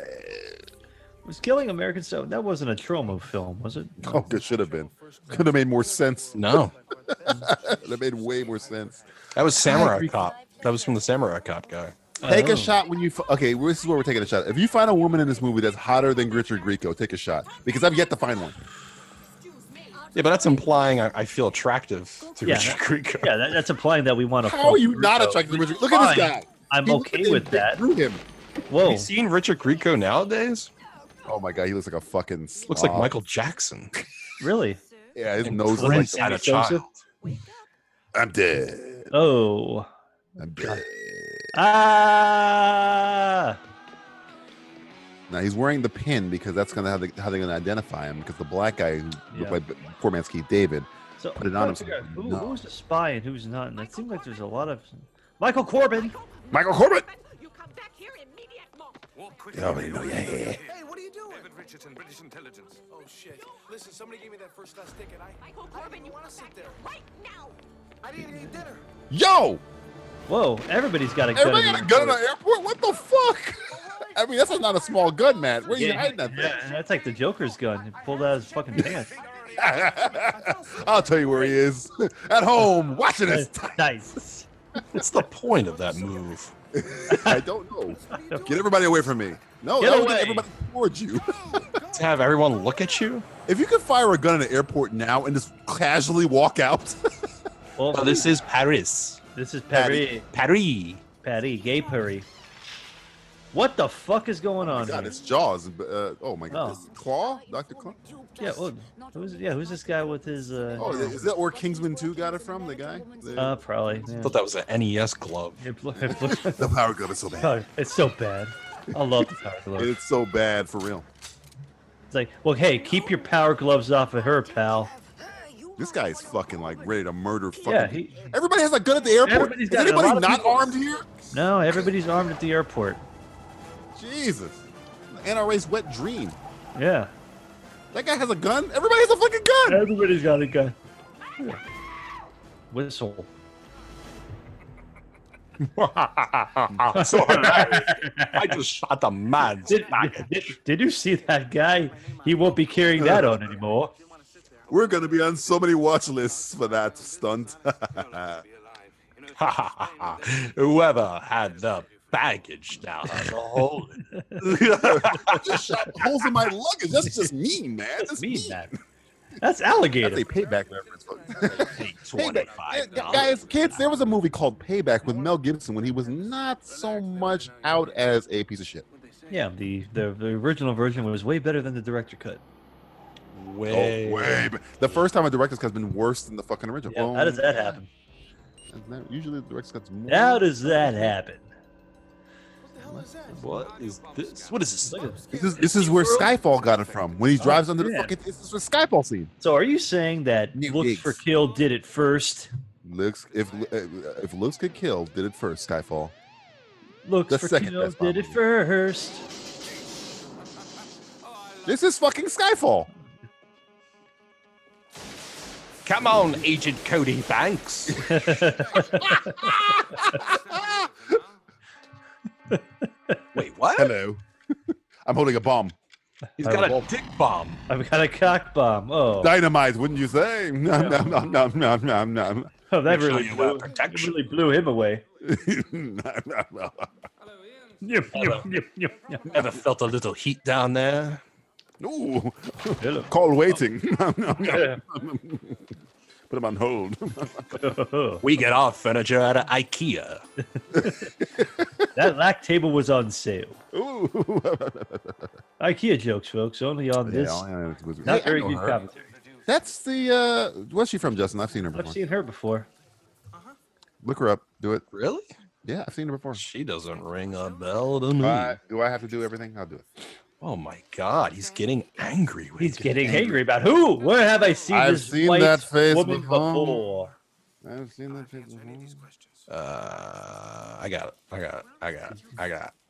Was Killing American style? That wasn't a Tromo film, was it?
Oh, it should have been. Could have made more sense.
No.
that made way more sense.
That was Samurai Cop. That was from the Samurai Cop guy.
Take a shot when you. F- okay, well, this is where we're taking a shot. If you find a woman in this movie that's hotter than Richard Grieco, take a shot because I've yet to find one.
Yeah, but that's implying I, I feel attractive to
Yeah,
Richard Grieco.
Yeah, that, that's implying that we want to.
How are you not attracted to Richard? Look at this guy.
I'm
He- look at
okay
him.
with that.
Look at him.
Have
Whoa.
you seen Richard Grieco nowadays?
Oh my god, he looks like a fucking. Slob.
Looks like Michael Jackson.
Really?
Yeah, his
And
nose looks
Prince
like
had a
that.
child.
I'm dead.
Oh.
I'm dead.
Ah.
Now he's wearing the pin because that's gonna how, they, how they're gonna identify him because the black guy who
Yeah.
looked like poor man's Keith David.
So
Put it on
I'm trying
him.
to figure out who,
No.
who's a spy and who's not, and it seems like there's a lot of Michael Corbin.
Michael Corbett.
Hey, what are you doing? David Richardson, British intelligence. Oh shit! Listen, somebody gave me that first class ticket. I. Michael Corbin, you want to sit there right now? I didn't even eat dinner.
Yo,
Whoa! Everybody's got a gun.
everybody
in
got a
the
gun in
airport.
the airport. What the fuck? I mean, that's not a small gun, Matt. Where are you
Yeah,
hiding that
yeah, and that's like the Joker's gun. He pulled out his fucking pants.
thing? I'll tell you where he is. At home, watching this.
nice.
What's the point of that move?
I don't know. Get everybody away from me. No,
Get
that would
away.
get everybody towards you.
To have everyone look at you?
if you could fire a gun in an airport now and just casually walk out,
Well,
Oh, this is Paris.
this is Perry.
Paris.
Patty, gay Perry. What the fuck is going on?
Oh God,
here?
it's jaws. Uh, oh my God,
Oh.
This Claw, Doctor Claw.
Yeah, well, who's yeah? Who's this guy with his? Uh,
Oh, is is that where Kingsman Two got it from? The guy. The,
uh probably.
I
yeah.
thought that was an E NES glove.
It blo- it blo-
the power glove is so bad.
Oh, it's so bad. I love the power glove.
It's so bad for real.
It's like, well, hey, keep your power gloves off of her, pal.
This guy is fucking like ready to murder. Fucking
Yeah, he,
Everybody has a gun at the airport.
Everybody's
Is
got it. A lot
anybody
of
not
people-
armed here?
no, everybody's armed at the airport.
Jesus, NRA's wet dream.
Yeah,
That guy has a gun. Everybody has a fucking gun.
everybody's got a gun. Whistle.
so I, I just shot the man.
Did, did, did you see that guy? He won't be carrying that on anymore.
We're gonna be on so many watch lists for that stunt.
Whoever had the baggage now has a hole in it.
just shot holes in my luggage. That's just mean, man. That's mean.
Mean that. That's alligator.
That's a payback reference. folks.
Take
Payback.
$25.
Yeah, Guys, kids, there was a movie called Payback with Mel Gibson when he was not so much out as a piece of shit.
Yeah, the, the the original version was way better than the director cut.
Way.
Oh, way. ba- The first time a director's cut's been worse than the fucking original.
Yeah, how does that happen?
Isn't that- Usually the director's cut's more.
How does that happen?
What is this? What is this?
Look at this.
This is, this is where Skyfall got it from. When he drives under the
Oh, yeah.
fucking. This is where Skyfall scene.
So, are you saying that
New
Looks
gigs.
for Kill did it first?
Looks if uh, if looks could kill, did it first. Skyfall.
Looks
The
for
second
Kill
best Bond
did
movie.
it first.
This is fucking Skyfall.
Come on, Agent Cody Banks. Wait, what?
Hello. I'm holding a bomb.
He's got a dick bomb.
I've got a cock bomb. Oh,
Dynamite, wouldn't you say? Nom, nom, nom, nom, nom, nom, nom.
oh that
Make sure
really
you
blew,
wear
that
protection.
really blew him away.
Nom, nom, nom.
Ever, ever felt a little heat down there?
Ooh.
Hello.
Call waiting. Nom, nom, nom. Put him on hold.
We get our furniture out of IKEA.
that lac table was on sale.
Ooh.
IKEA jokes, folks, only on this.
Yeah, it was-
Not
Hey,
very
I know
good
her.
commentary.
That's the uh where's she from, Justin? I've seen her
I've
before.
seen her before.
Look her up. Do it.
Really?
Yeah, I've seen her before.
She doesn't ring a bell to me.
Uh, do I have to do everything? I'll do it.
Oh my God, he's getting angry. With
He's getting angry about who? Where have I seen
I've
this
seen
white
that face
woman
before.
before?
I've seen that face before.
Uh, I got it. I got it. I got it.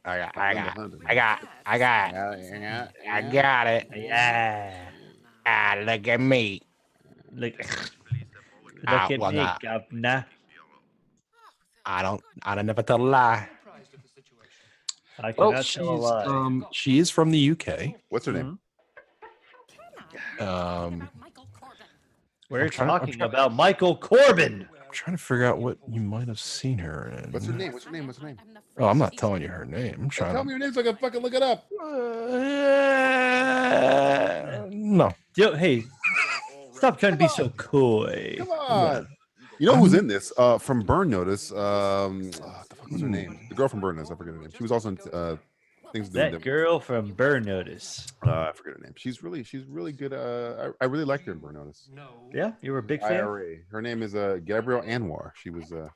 I got it. I got. I got. I got. I got. I got it. Yeah. Ah, look at me.
Look. Look
Ah,
at
well,
me,
nah.
governor.
I don't. I don't never tell a lie.
I cannot
Well, Oh, she's
tell a lie.
um, she is from the UK.
What's her name?
Um,
We're
I'm trying- I'm
talking
trying-
about Michael Corbin.
I'm trying to figure out what you might have seen her in.
What's her name? What's her name? What's her name?
Oh, I'm not telling you her name. I'm trying.
Tell
To...
me your name so I can fucking look it up.
Uh, no.
Yo, hey, stop trying to be so coy.
Come on. You know who's in this? Uh, from Burn Notice. Um, ah, what the fuck was her name? The girl from Burn Notice. I forget her name. She was also in uh, things doing
That
Different.
girl from Burn Notice.
Uh, I forget her name. She's really, she's really good. Uh, I, I really liked her in Burn Notice.
Yeah, you were a big fan.
IRA. Her name is uh Gabrielle Anwar. She was uh.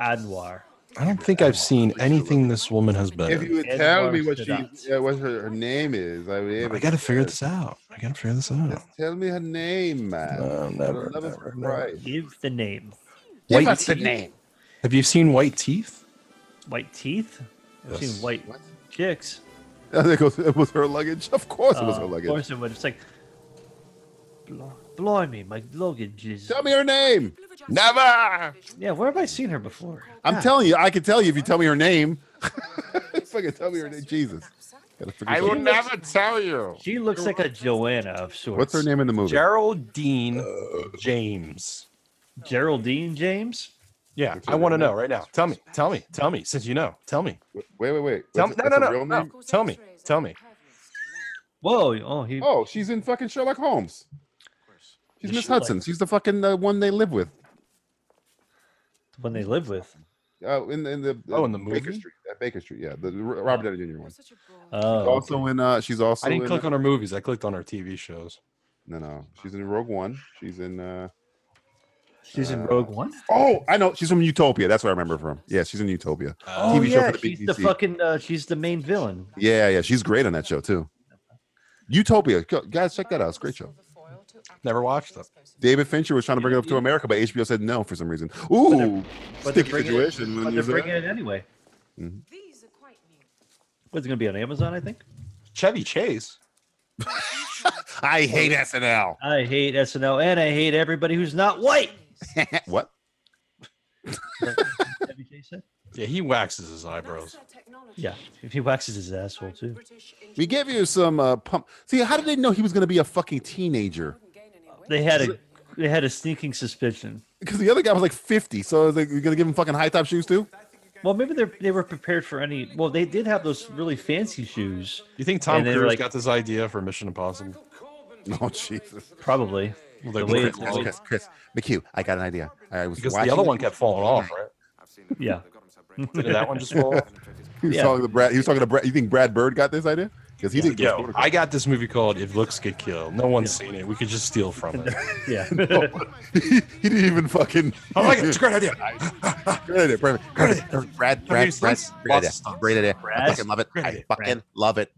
Anwar.
I don't think I've seen anything this woman has been.
If you
in.
would tell
Anwar
me what
stood
she, uh, what her, her name is, I would. be able
I gotta
to-
figure this out. I gotta figure this out.
Tell me her name, man.
No, never,
Another
never,
surprise.
Give the name.
White teeth. Have you seen White Teeth?
White teeth. I've
Yes.
seen white chicks.
I think it was, it was her luggage. Of course, it was
Uh,
her
Of
luggage.
course it would. It's like, "Bl- blimey, my luggage is.
Tell me her name. Never.
Yeah, where have I seen her before?
I'm
God.
telling you, I can tell you if you tell me her name. Fucking tell me her name, Jesus. Gotta figure
I
something
will
out.
never tell you.
She looks like a Joanna of sorts.
What's her name in the movie?
Geraldine
Uh,
James.
Geraldine James?
Yeah,
What's
I
her
want to
name?
know right now. Tell me, tell me, tell me. Since you know, tell me.
Wait, wait, wait. wait.
Tell me.
What's-
No,
what's
no,
her
no,
real
no.
name?
Tell me. Tell me.
Whoa! Oh, he.
Oh, she's in fucking Sherlock Holmes. She's
Is
Miss
she like-
Hudson. She's the fucking uh, one they live with.
the one they live with.
Uh, in, in the
Oh, in the
Baker
movie?
Street. Uh, Baker Street, yeah, the the R- Robert Downey Jr. one.
Oh,
also in. Uh, she's also.
I didn't
in,
click on her movies. I clicked on her TV shows.
No, no. She's in Rogue One. She's in. Uh,
she's in Rogue One.
oh, I know. She's from Utopia. That's where I remember her from. Yeah, she's in Utopia.
Oh yeah, she's the
BBC.
fucking. Uh, she's the main villain.
Yeah, yeah, she's great on that show too. Utopia, Go- guys, check that out. It's a great show.
Never watched them.
David Fincher was trying to bring it up to America, but HBO said no for some reason. Ooh,
But they're
sticky
bringing
situation.
It,
when
but
you're
they're bringing it anyway.
Mhm.
What's it gonna be on Amazon? I think.
Chevy Chase.
I hate SNL.
I hate SNL and I hate everybody who's not white.
what?
Chevy Chase said.
Yeah, he waxes his eyebrows.
Yeah, if he waxes his asshole too.
We give you some uh, pump. See, how did they know he was going to be a fucking teenager?
They had a they had a sneaking suspicion.
Because the other guy was like 50. So is they going to give him fucking high top shoes too?
Well, maybe they they were prepared for any. Well, they did have those really fancy shoes,
You think Tom
And they were
Cruise
like-
got this idea for Mission Impossible?
Oh, Jesus.
probably.
Well,
The
they
way
look
it's,
at all-
the way-
Chris, Chris, McHugh, I got an idea. I was
because
watching
the other one kept falling off, right?
yeah.
Did that one just fall? off?
He was
yeah.
talking to Brad. He was talking to Brad. You think Brad Bird got this idea? Because he didn't. get
Yo, I got this movie called "If Looks Get Killed." No one's seen it. We could just steal from it.
Yeah.
Oh,
he didn't even fucking.
Oh,
I like it. It's a great idea.
Great idea. Perfect. Great idea. Brad, Brad, Brad,
Lots
Brad,
of
great idea.
stuff.
Great idea. I
Brad.
fucking love it. I
idea.
fucking love it.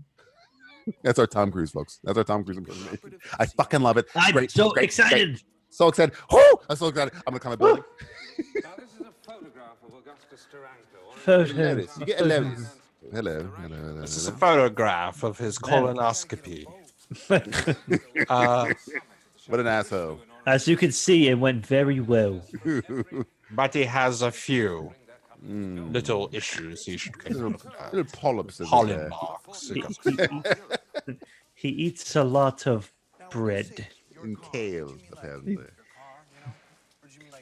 That's our Tom Cruise, folks. That's our Tom Cruise impersonation. I fucking love it.
I'm
Great,
so
great,
excited.
great. So excited. Woo! I'm so excited. I'm gonna climb a building.
Now, this is a photograph of Augustus Taranko.
There it
Photos.
is. You get a letter. Hello. Hello. Hello.
This is a
hello.
photograph of his colonoscopy. Uh,
What an asshole.
As you can see, it went very well.
but he has a few
Mm.
little issues he should
Little,
consider.
little polyps. in his
Pollen
hair.
marks.
He, he, eats- he eats a lot of bread.
In kale, apparently.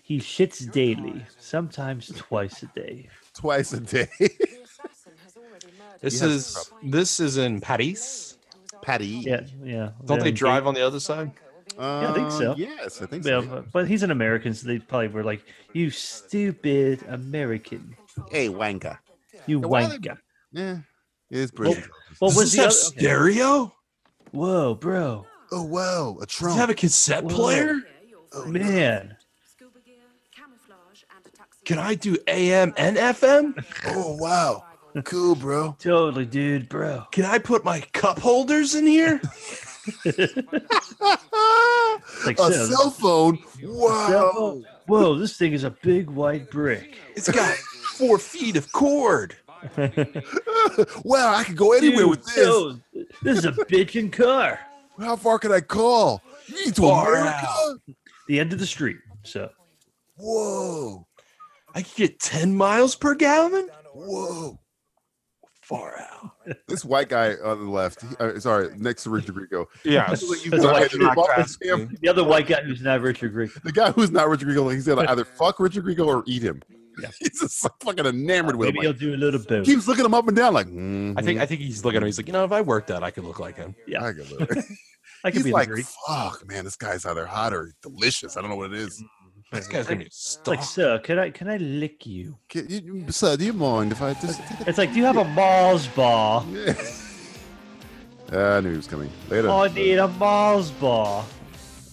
He shits daily, sometimes twice a day.
Twice a day.
This
Yes.
is this is in Paris.
Patty.
Yeah, yeah.
Don't they
Um,
drive on the other side?
I think
Uh,
so.
Yes, I think
Yeah,
so.
but- but he's an American, so they probably were like, "You stupid American,
Hey, wanker.
you
why they-
wanker."
Yeah, it is British.
Well,
Does
was
this
the
have
other- okay.
stereo?
Whoa, bro,
Oh, wow, a
Does
Trump.
it
Oh.
have a cassette player? Oh,
man,
Can I do AM and FM?
oh, wow.
cool, bro.
Totally, dude, bro.
Can I put my cup holders in here?
Ah!
Like
a
so.
cell phone.
Cell
Wow.
phone? Whoa, this thing is a big white brick.
It's got four feet of cord. wow, I could go anywhere with this.
this is a bitchin' car.
How far can I call? You need to
Far
America?
The end of the street. So
Whoa. I could get 10 miles per gallon? Whoa. Far out.
This white guy on the left, he- uh, sorry, next to Richard Grieco.
Yeah.
This is what you
That's
guys
like
do. Fuck this damn-
the other white guy who's not Richard Greek.
Oh,
The guy who's not Richard Grieco, he's gonna either fuck Richard Grieco or eat him. He's just like fucking enamored with him.
Maybe he'll
Like,
do a little bit.
keeps looking him up and down like. mm-hmm,
I think I think he's looking at him. He's like, you know, if I worked out, I could look like him.
Yeah.
I could look.
I could
he's
be the
like,
Greek.
fuck, man, this guy's either hot or delicious. I don't know what it
Mm-hmm.
is. This guy's gonna be
Like, sir, can I can I lick you?
Can you, sir, do you mind if I just?
It's like, do you have a Mars bar?
Uh, I knew he was coming later.
Oh, I need a Mars bar.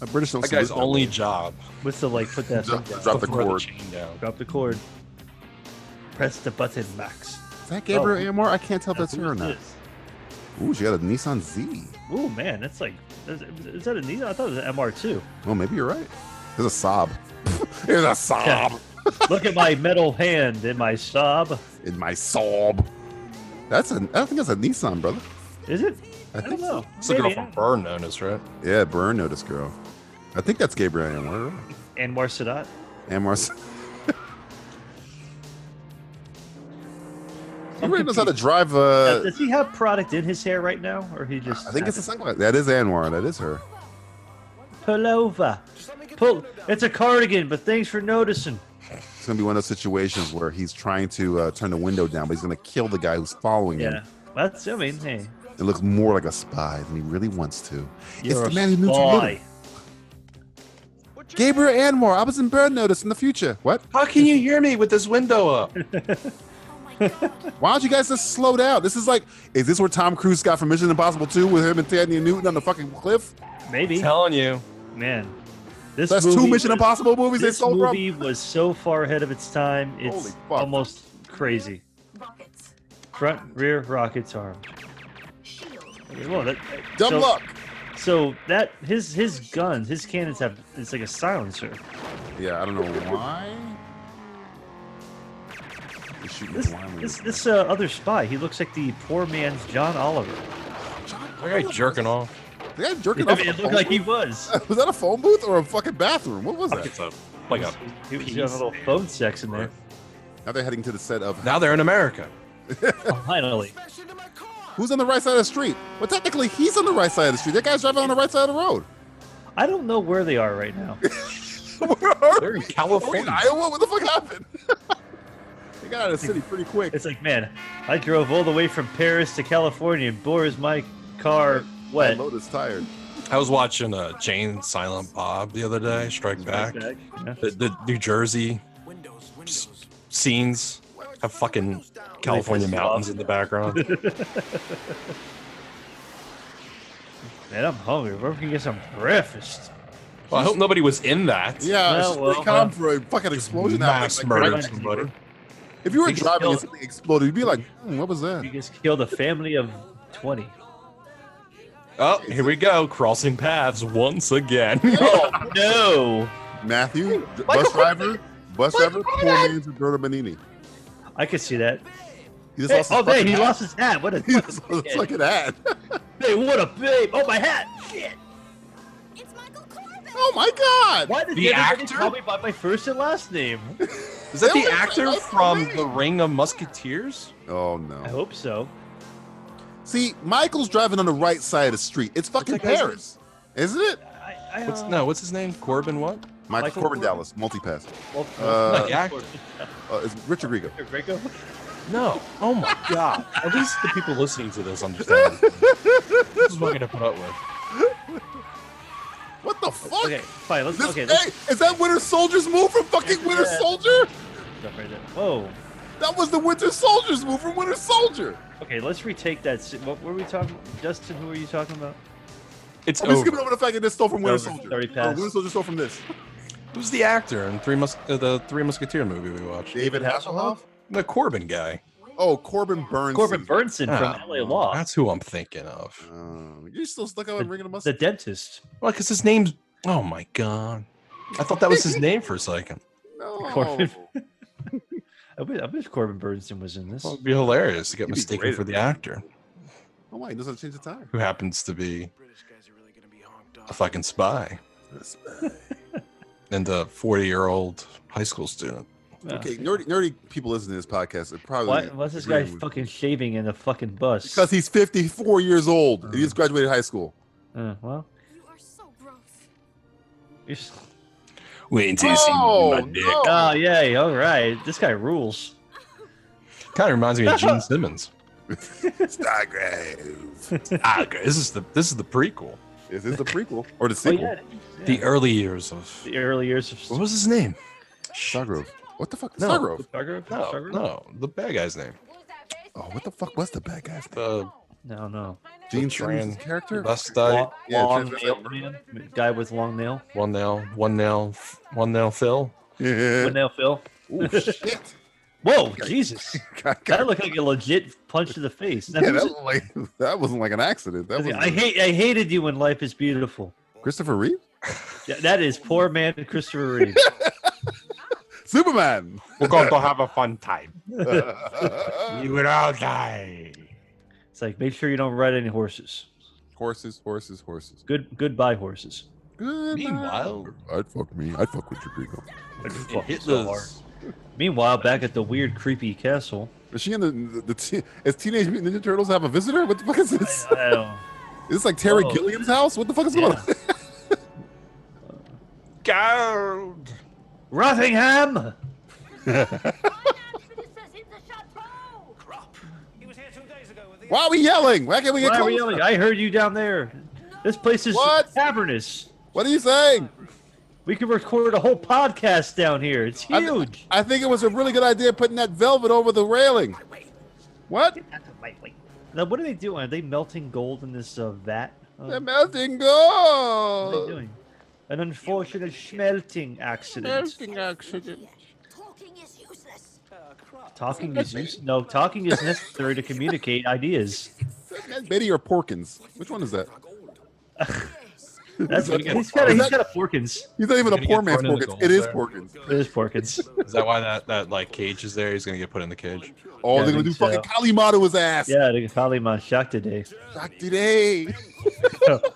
A British don't
That
see
guy's
this that
only
way.
job.
What's the like? Put that
Drop-
thing down.
drop the
Before
cord.
chain down.
Drop the cord. Press the button, Max.
Is that Gabriel
Oh.
Amor? I can't tell if
Now,
that's her or
who's
not.
this?
Ooh, she got a Nissan Z.
Oh man, that's like, is, is that a Nissan? I thought it was an MR2.
Well, Oh, maybe you're right. There's a sob. There's a sob
Look at my metal hand and my sob.
in my sob. That's a. I don't think that's a Nissan, brother.
Is it?
I
don't know.
It's the girl
Maybe.
from Burn Notice, right?
Yeah, burn notice girl. I think that's Gabriel Amor.
And more Sadat.
Amor. He really knows how to drive. Uh,
does, does he have product in his hair right now, or he just?
I think it's a sunglass. That is Anwar. That is her.
Pull over. Pull. It's a cardigan, but thanks for noticing.
It's gonna be one of those situations where he's trying to uh, turn the window down, but he's gonna kill the guy who's following
Yeah.
him.
That's. I mean, hey.
It looks more like a spy than he really wants to. it's
You're a
the man who knew too little.
spy.
Gabriel Anwar. I was in Bird Notice in the future. What?
How can you hear me with this window up?
Why don't you guys just slow down? This is like, is this where Tom Cruise got from Mission Impossible 2 with him and Tanya Newton on the fucking cliff?
Maybe.
telling you.
Man. This
That's
movie
two Mission
was-
Impossible movies they
This
stole from.
movie was so far ahead of its time.
Holy
It's
fuck.
almost crazy. Front, rear, rockets arm. Whoa, that,
Dumb
so-
luck.
So that his his guns, his cannons have it's like a silencer.
Yeah, I don't know why. He's shooting
This
blindly.
this, this uh, other spy, he looks like the poor man's John Oliver.
That guy jerking off.
The guy jerking
I
off.
mean,
in a
it
phone
looked like he
booth?
was.
was that a phone booth or a fucking bathroom? What was
Like
that?
it's a like a.
He was
piece.
having a little phone sex in there.
Now they're heading to the set of.
Now they're in America.
Finally,
Who's on the right side of the street? Well, technically, he's on the right side of the street. That guy's driving on the right side of the road.
I don't know where they are right now.
Where are
They're in
Are we in
California.
Iowa? What the fuck happened? they got out of the city pretty quick.
It's like, man, I drove all the way from Paris to California and bore is my car
My
wet.
Lotus tired.
I was watching uh, Jane Silent Bob the other day. Strike Back.
Back, yeah.
The, the New Jersey
Windows, windows.
scenes have fucking California mountains in the background.
Man, I'm hungry. Where can we get some breakfast?
Well, I hope nobody was in that.
Yeah, it's
Well,
just
well,
they come
huh?
for a fucking explosion. out
Mass
like-
murdered
right-
somebody.
If you were
They just
driving and
killed-
something exploded, you'd be like, hmm, "What was
You
that?"
just killed a family of 20.
Oh, here we go. Crossing paths once again.
Oh, no.
Matthew, d- bus driver, bus driver, poor man's Roberto Benini.
I could see that.
He just
Hey,
lost his
oh, man,
fucking
he
hat.
lost his hat. What a
He
fucking
just lost his
dickhead.
fucking hat.
Hey, what a babe. Oh, my hat. Shit.
It's Michael Corbin!
Oh my god!
Why did
The
everybody
actor?
call me by my first and last name?
Is that
They
the
look
actor
like us to
from
me.
The Ring of Musketeers?
Oh
I
no!
hope so.
See, Michael's driving on the right side of the street. It's fucking
that guy's
Paris, isn't it?
I, I,
What's
uh,
no? What's his name? Corbin? What?
Michael,
Michael
Corbin
Corbin.
Dallas, multi-pass.
well,
Uh,
Not the actor.
Uh, it's Richard Grieco.
Greco?
No. Oh my god. At least the people listening to this understand. this is what I'm gonna put up with.
What the fuck?
Okay, fine. Let's,
This-
okay, let's
hey, is that Winter Soldier's move from fucking Winter
Yeah.
Soldier?
stop right there. Whoa.
That was the Winter Soldier's move from Winter Soldier.
Okay, let's retake that. se- What were we talking Justin, who are you talking about?
It's
Oh.
I'm just
over.
skipping over the fact that this stole from Winter
Over.
Soldier.
Already
Oh,
passed.
Winter Soldier stole from this.
Who's the actor in Three Mus- uh, the Three Musketeer movie we watched?
David Hasselhoff.
The Corbin guy.
Oh, Corbin Burns.
Corbin Burnson
Ah,
from LA Law.
That's who I'm thinking of.
You're Um, still stuck on ringing a
The
mustache.
dentist.
Well, because his name's. Oh my god! I thought that was his name for a second.
No.
Corbin. I wish, I wish Corbin Burnson was in this.
Well, it'd be hilarious to get
He'd be
mistaken
great
for
at
the
that.
actor
Oh my, he doesn't change the tire.
who happens to be a fucking spy and a 40 year old high school student.
Okay, nerdy, nerdy people listening to this podcast are probably
Why, why's this guy
agreeing with-
fucking shaving in a fucking bus?
because he's 54 years old and he just graduated high school.
Uh, well,
You are so gross.
you're s-
Wait until you see my
Oh,
dick.
no.
oh yay! All right, this guy rules.
Kind of reminds me of Gene Simmons.
Stargrave.
Ah, okay, this is the this is the prequel.
Is this the prequel or the
Oh,
sequel?
yeah, yeah.
The early years of
the early years of
what was his name?
Stargrove. What the fuck?
No.
Stargrove.
Stargrove?
No,
Stargrove?
no, the bad guy's name.
Oh, what the fuck was the bad guy's name?
The
no, no.
Gene
Tran-
Simmons' character?
Bustite,
Uh, Yeah,
long
Transvestite
nail man. Guy with long nail.
one nail, one nail, one nail. Phil.
Yeah.
One nail, Phil.
Oh shit!
Whoa, Jesus!
God, God.
That looked like a legit punch to the face. Now,
Yeah,
who's
that, was like, that wasn't like an accident. That was
it- I hate, I hated you when life is beautiful.
Christopher Reeve,
Yeah, That is poor man Christopher Reeve.
Superman.
We're going to have a fun time.
horses,
You will all die.
It's like make sure you don't ride any horses.
horses, horses.
Good, goodbye horses.
Goodbye.
Meanwhile-
I'd fuck me. I'd fuck Richard Grieco.
I'd fuck
in
so hard.
Hitler's
Meanwhile, back at the weird, creepy castle.
Is she in the the, the te- is Teenage Mutant Ninja Turtles have a visitor? What the fuck is this?
I don't-
Is this like Terry
Oh.
Gilliam's house? What the fuck is going
Yeah.
on?
Gold.
Rothingham.
Crop. He was here two days ago with the.
Why are we yelling? Why can't we get
Why are we
closer?
yelling? I heard you down there. This place is
What?
cavernous.
What are you saying?
We could record a whole podcast down here. It's
I thi-
huge.
I think it was a really good idea putting that velvet over the railing. What?
Now, what are they doing? Are they melting gold in this uh, vat? Uh,
The melting
what are they
gold.
doing? An unfortunate smelting accident.
Melting accident.
Talking is useless.
Talking is use- no talking is necessary to communicate ideas.
That's Betty or Porkins? Which one is that?
That's
Gotta get-
he's got. A,
Is
he's
that-
got a Porkins.
He's not even
Gonna
a
get
poor man's
thrown in the
Porkins.
gold
It is
there.
Porkins.
It is Porkins.
Is that why that, that like cage is there? He's gonna get put in the cage.
Oh,
Yeah, I
they're gonna do
think so.
fucking Kalimato's his ass.
Yeah, they probably my shock today.
Back today.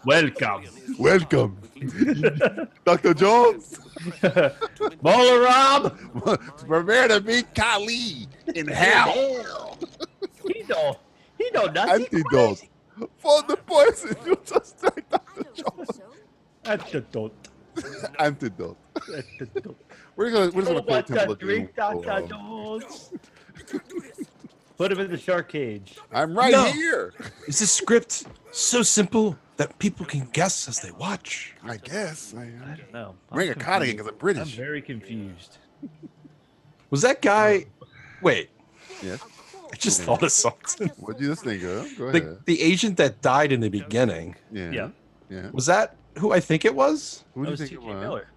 Welcome,
Welcome, Doctor Jones.
Mola Rob.
Prepare to meet Kali in hell.
He don't. He don't nothing.
Antidote for the poison you just drank, Doctor Jones.
Antidote.
Antidote.
Antidote.
We're gonna we're just gonna
Oh,
play
what
Temple
the
of Doom.
drink, Doctor
Oh,
Jones. Put him in the shark cage.
I'm right
No.
here.
Is this script so simple that people can guess as they watch?
I guess. I,
I
am
don't know. I'm
wearing a cardigan
confused.
because I'm
I'm
British.
very confused.
Was that guy? Wait,
Yes.
I just thought of something.
What do you just think of? Go ahead.
The, the agent that died in the beginning
yeah.
Yeah.
Yeah.
was that who I think it was?
Who
That
do you
was
think it
T.J.
was?
Miller.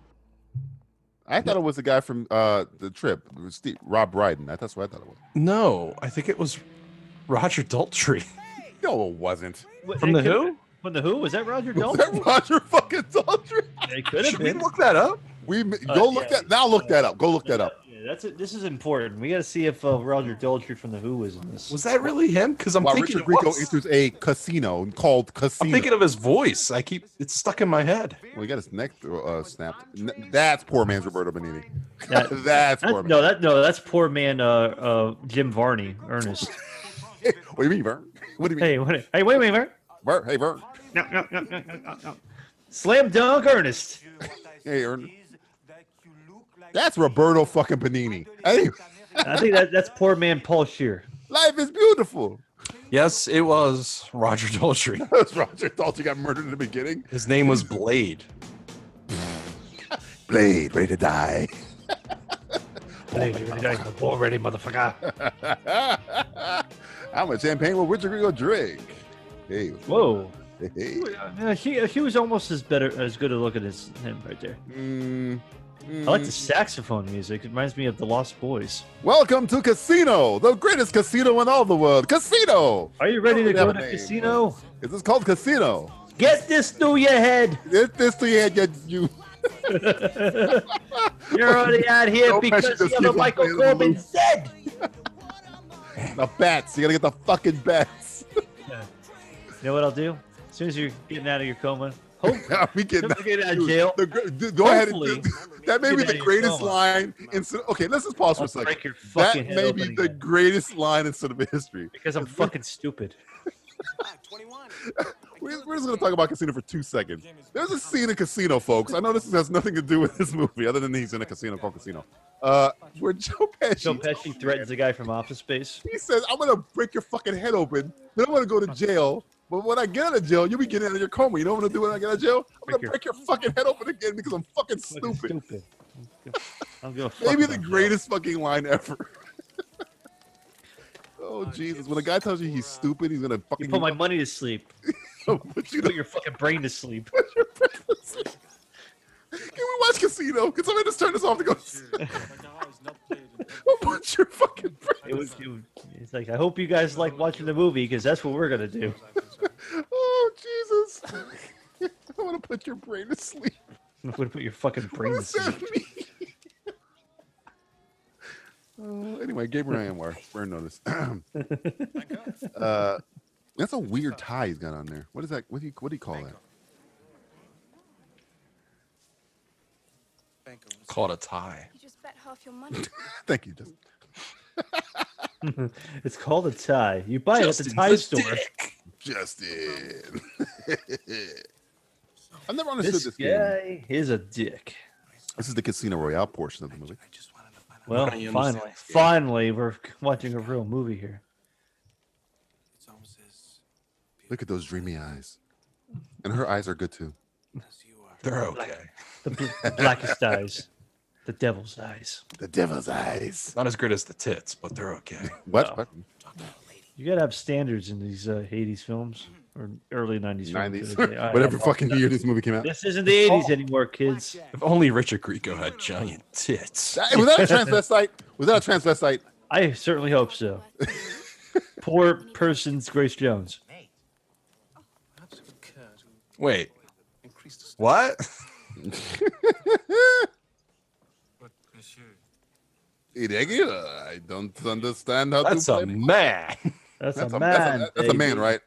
I thought it was the guy from uh the trip, It was Steve, Rob Brydon. I- That's what I thought it was.
No, I think it was Roger Daltrey
No, it wasn't.
What-
from
it
the
could-
Who.
From the Who? Was that Roger
Was
Dalton?
that Roger fucking Daltrey?
It could have
Should we
been.
look that up?
We m-
Uh,
go look
yeah.
that now. Look that up. Go look that up.
Yeah, that's it. This is important. We got to see if uh, Roger Daltrey from the Who was in this.
Was that really him? Because I'm
While
thinking
Richard
it
Grieco
was.
enters a casino called Casino.
I'm thinking of his voice. I keep it's stuck in my head.
well, he got his neck uh, snapped. N- that's poor man's Roberto Benini.
That-
that's
That's-
poor man.
no, that no, that's poor man. Uh, uh, Jim Varney, Ernest.
what do you mean, Vern? What do you mean,
hey, what, hey, wait a minute, Vern.
Vern? Hey, Vern.
No, no, no, no, no, no, no. Slam dunk, Ernest.
Hey, Ern. That's Roberto fucking Benini. Hey,
I think that that's poor man Paul Shear.
life is beautiful.
Yes, it was Roger Daltrey.
That's Roger Daltrey got murdered in the beginning.
His name was Blade.
Blade, ready to die.
Already, motherfucker.
I'm a champagne with Richard Grieco drink. Hey,
Whoa. Uh,
hey, hey.
Yeah, she she was almost as better as good a look at as him right there.
Mm,
I like the saxophone music. It reminds me of the Lost Boys.
Welcome to Casino, the greatest casino in all the world. Casino.
Are you
Oh,
ready to go to Casino?
Is this called Casino?
Get this through your head.
Get this through your head. You. you.
You're only out here
Don't
because
mention
the
this
other
kid
Michael
playing on the
Corbin
loop.
said.
the bats. You gotta get the fucking bats.
You know what I'll do? As soon as you're getting out of your coma,
we get
Don't get out of jail.
The, gr- d- go ahead. and-
Hopefully.
that may
Get
be
out of
the
your
greatest
coma.
line. In, cin- okay, let's just pause for
I'll
a second.
break your fucking
that
head
may
open
be the
again.
greatest line in cinema history.
because I'm fucking stupid.
We're, we're just going to talk about Casino for two seconds. There's a scene in Casino, folks. I know this has nothing to do with this movie, other than he's in a casino called Casino. Uh, where Joe Pesci,
Joe Pesci threatens the guy from Office Space.
he says, "I'm going to break your fucking head open. Then I'm going to go to jail. But when I get out of jail, you'll be getting out of your coma. You know what I'm going to do when I get out of jail? I'm going to break your fucking head open again because I'm fucking stupid."
Stupid. I'm gonna fuck
Maybe the
them.
greatest fucking line ever. oh Jesus! When a guy tells you he's stupid, he's gonna fucking
You put uh, my money to sleep.
Put you
put your fucking brain to sleep.
Can we watch Casino? Can somebody just turn this off to go?
Oh
I'll put your fucking.
It was, it was, it's like I hope you guys like watching the movie because that's what we're gonna do.
Oh Jesus! I want to put your brain to sleep.
I'm gonna put your fucking brain
What
to
does that
sleep.
mean? Uh, anyway, Gabriel Anwar, burn notice. uh, that's a weird tie he's got on there. What is that? What do you what do you call that?
Called a tie.
You just bet half your money.
Thank you, Justin.
it's called a tie. You buy it at
Justin's
the tie
a
store.
Justin. I've never understood this, game.
guy is a dick.
This is the Casino Royale portion of the movie.
Well,
I understand
finally,
this game.
finally, we're watching a real movie here.
Look at those dreamy eyes, and her eyes are good too.
They're okay.
The, bl- the blackest eyes, the devil's eyes.
The devil's eyes.
Not as good as the tits, but they're okay.
What? what?
You gotta have standards in these uh, '80s films or early '90s. films.
90s,
Okay, I-
whatever
I-
fucking year this movie came out.
This isn't the '80s anymore, kids.
If only Richard Grieco had giant tits.
That- was that a transvestite? Was that a transvestite?
I certainly hope so. Poor person's Grace Jones.
Wait. What?
Irregular. I don't understand how
That's
to play
a man.
That's,
That's
a
a,
man.
that's, a, that's a man,
baby.
right?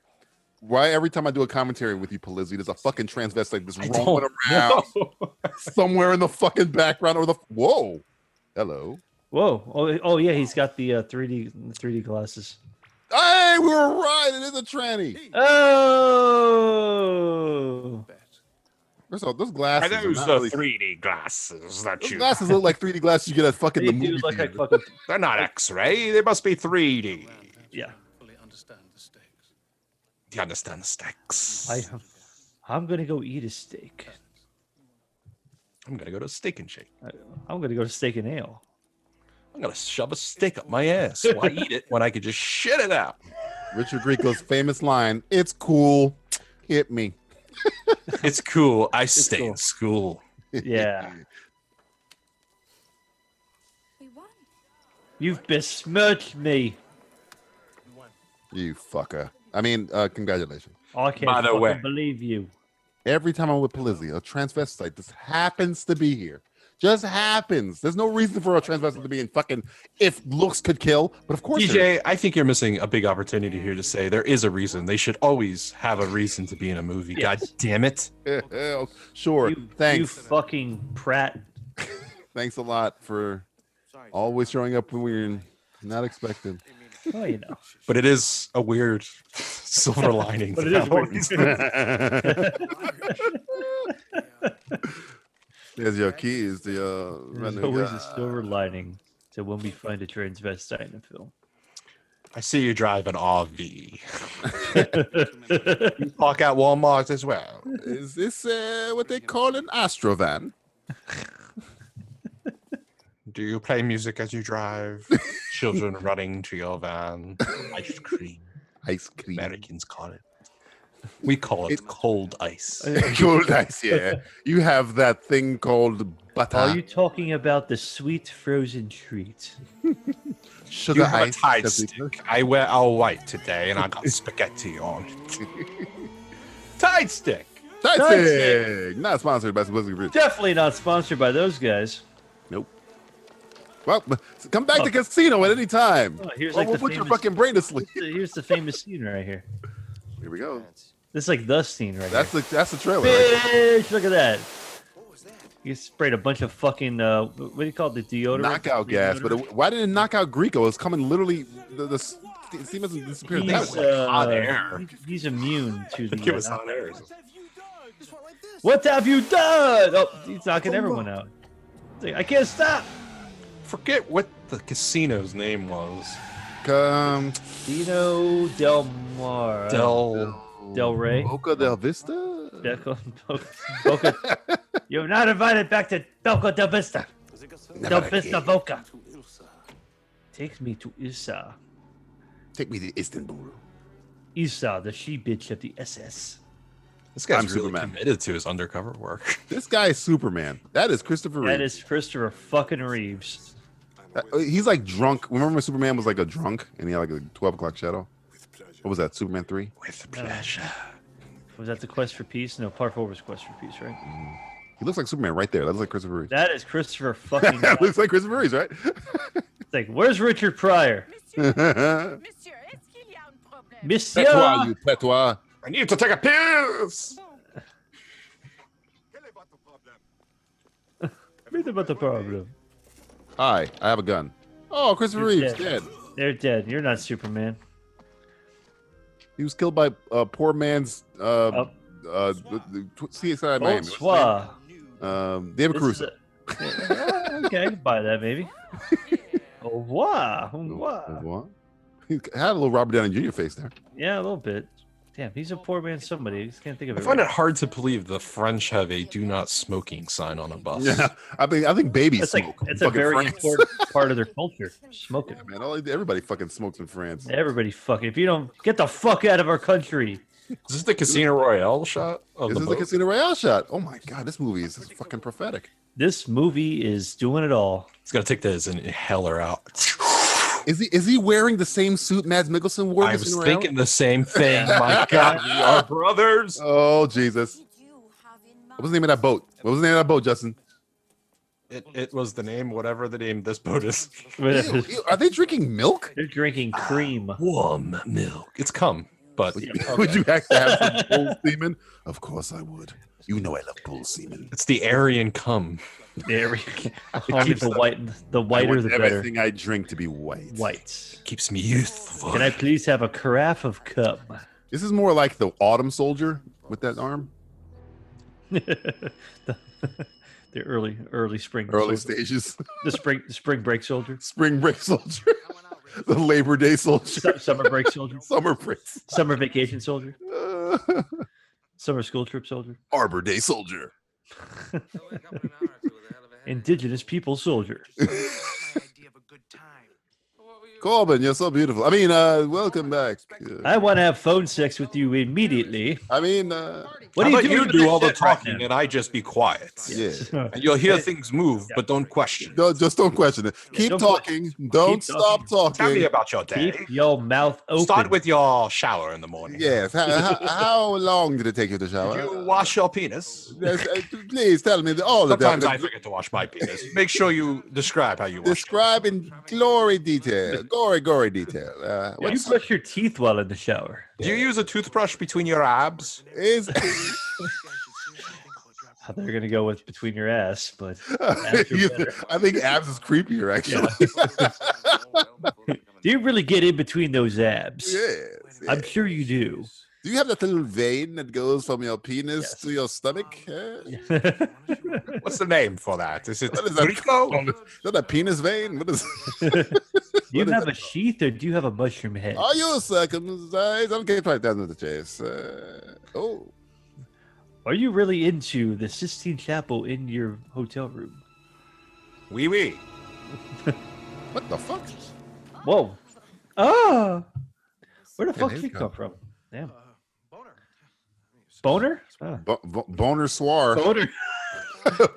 Why every time I do a commentary with you, Palizzi, there's a fucking transvestite just
I
rolling
don't
around somewhere in the fucking background or the whoa, hello.
Whoa! Oh, oh yeah, he's got the uh, 3D 3D glasses.
Hey, we were right. It is a tranny.
Oh,
There's all those glasses.
Are
Are
those
uh,
not
the
really-
3D glasses that
those
you?
glasses look like 3D glasses you get at fucking
they
the
do
movie
look like
theater.
fucking
They're not X-ray. They must be 3D.
yeah.
You understand the stakes.
I I'm gonna go eat a steak.
I'm gonna go to Steak and Shake.
I, I'm gonna go to steak and ale.
I'm gonna shove a stick up my ass. Why eat it when I could just shit it out?
Richard Grieco's famous line: "It's cool, hit me."
It's cool. I stay in school.
Yeah,
We won.
you've besmirched me.
You fucker. I mean, uh, congratulations.
I can't
By the
fucking
way.
believe you.
Every time I'm with Polizzi, a transvestite just happens to be here. Just happens. There's no reason for a transvestite to be in fucking if looks could kill, but of course. there
DJ, I think you're missing a big opportunity here to say there is a reason. They should always have a reason to be in a movie. God damn it.
is. Oh, sure.
You, you
Thanks.
fucking prat.
Thanks a lot for always showing up when we're not expected.
Oh, you know.
But it is a weird silver lining.
But
to
it is
that
weird.
one.
There's your keys. The uh,
There's
renegar-
always a silver lining to when we find a transvestite in a film.
I see you drive an RV. You park at Walmart as well.
Is this uh, what they call an Astrovan?
Do you play music as you drive? Children running to your van. Ice cream.
Ice cream.
Americans call it. We call it, cold ice.
Cold ice, yeah. You have that thing called butter.
Are you talking about the sweet frozen treat?
Sugar
you have a
ice,
Tide
as we
stick. I wear all white today, and I got spaghetti on it. Tide stick.
That's
That's
it. Not sponsored by Simplicity Group.
Definitely not sponsored by those guys.
Nope. Well, come back to casino at any time.
Oh, here's
Or
like
we'll
the
put your
famous-
fucking brain to sleep.
Here's the famous scene right here.
Here we go.
This is like the scene right
That's the that's the
here.
trailer. right there.
Bitch, look at that. You sprayed a bunch of fucking uh, what do you call it, the deodorant?
Knockout gas, but it, why didn't it knock out Greco? It's coming literally. The, the steam doesn't disappear that
he's,
way.
uh, he- He's immune to the.
think it
uh,
was hot air.
What have you done? Oh, he's knocking everyone out. It's like, I can't stop.
Forget what the casino's name was.
uh,
Um,
Dino Del Mar.
Del.
Del Rey.
Boca del Vista.
Delco, Boca, Boca. You're not invited back to Delco Del Vista. Del Vista Boca. Take me to Isa.
Take me to Istanbul.
Isa, the she bitch of the SS.
This guy's
I'm
really
Superman.
committed to his undercover work.
This guy is Superman. That is Christopher Reeve.
That is Christopher fucking Reeves.
Uh, he's like drunk. Remember when Superman was like a drunk and he had like a 12 o'clock shadow? What was that? Superman 3?
Pleasure. Was that the quest for peace? No, part four was quest for peace, right?
He looks like Superman right there. That looks like Christopher Reeve.
That is Christopher fucking.
That looks like Christopher Reeve, right?
It's like, where's Richard Pryor? Monsieur,
Petois, you petois.
I need to take a piss.
Read about the problem.
Hi, I have a gun. Oh, Christopher
They're
Reeve's
dead.
dead.
They're dead. You're not Superman.
He was killed by a poor man's uh, uh,
Oh.
the, the tw- CSI Miami. What's his
Bonsoir.
name? Um, David
This
Cruz.
is a- Yeah, okay, I can buy that Oh, maybe. Au revoir. Au revoir.
Oh, What? He had a little Robert Downey Jr. face there.
Yeah, a little bit. Damn, he's a poor man. Somebody I just can't think of
I
it.
find it
right.
hard to believe the French have a "do not smoking" sign on a bus.
Yeah, I mean, I think babies
That's like
smoke. in
that's a
fucking
very
France.
important part of their culture. Smoking.
Man, all, everybody fucking smokes in France.
Everybody fucking. If you don't get the fuck out of our country,
Is this the Casino Royale shot? Of
This is
the
the
boat?
Casino Royale shot. Oh my god, this movie is fucking prophetic.
this movie is doing it all.
It's gonna take that as an inhaler out.
Is he is he wearing the same suit Mads Mikkelsen wore? in
I was
Casino Royale?
thinking the same thing. My God, we are brothers.
Oh Jesus! What was the name of that boat? What was the name of that boat, Justin?
It, it was the name, whatever the name of this boat is.
Ew, ew, Ah. are they drinking milk?
They're drinking cream.
Warm milk. It's cum, but
Would you have to have some bull semen? Of course I would. You know I love bull semen.
it's the Aryan cum.
There we go. Only
keeps
the
the-
white, the
I
whiter
want
the better.
everything I drink to be white.
White.
Keeps me youthful.
Can I please have a carafe of cup?
This is more like the Autumn Soldier with that arm.
the, the early, early spring.
Early
soldier-
stages.
The spring, the spring break soldier.
Spring break soldier. the Labor Day soldier.
Su- Summer break soldier.
Summer break.
Summer vacation soldier.
Uh,
Summer school trip soldier.
Arbor Day soldier.
Indigenous people soldier.
Corbin, you're so beautiful. I mean, uh, welcome back. Yeah.
I want to have phone sex with you immediately.
I mean, uh,
What
How
do you
about
do?
you do all the talking and I just be quiet?
yeah.
And you'll hear things move, but don't question.
No, just don't question it. Keep
don't
talking. Don't
Keep
stop talking.
Tell me about your day.
Keep your mouth open.
Start with your shower in the morning.
Yes. How, how, how long did it take you to shower?
You wash your penis.
Yes, uh, please tell me the- all the
Sometimes I forget to wash my penis. Make sure you describe how you wash.
describe in glory detail, gory, gory detail. Uh,
You
what's
brush your teeth while in the shower.
it. Do you use a toothbrush between your abs?
is
They're gonna go with between your ass, but
You- I think abs is creepier actually.
do you really get in between those abs?
Yes,
I'm
yes.
sure you do.
Do you have that little vein that goes from your penis to your stomach?
Um,
Eh?
What's the name for that? Is it
What is that
Rico?
called? Is that a penis vein? What is?
Do you have a sheath or do you have a mushroom head?
Are you circumcised? I'm getting right down to the chase. Uh, oh,
Are you really into the Sistine Chapel in your hotel room?
Wee wee.
what the fuck?
Whoa. Ah. Where the fuck
there you
did you come
go.
from? Damn. Boner?
Bo- bo- boner Swar.
Boner.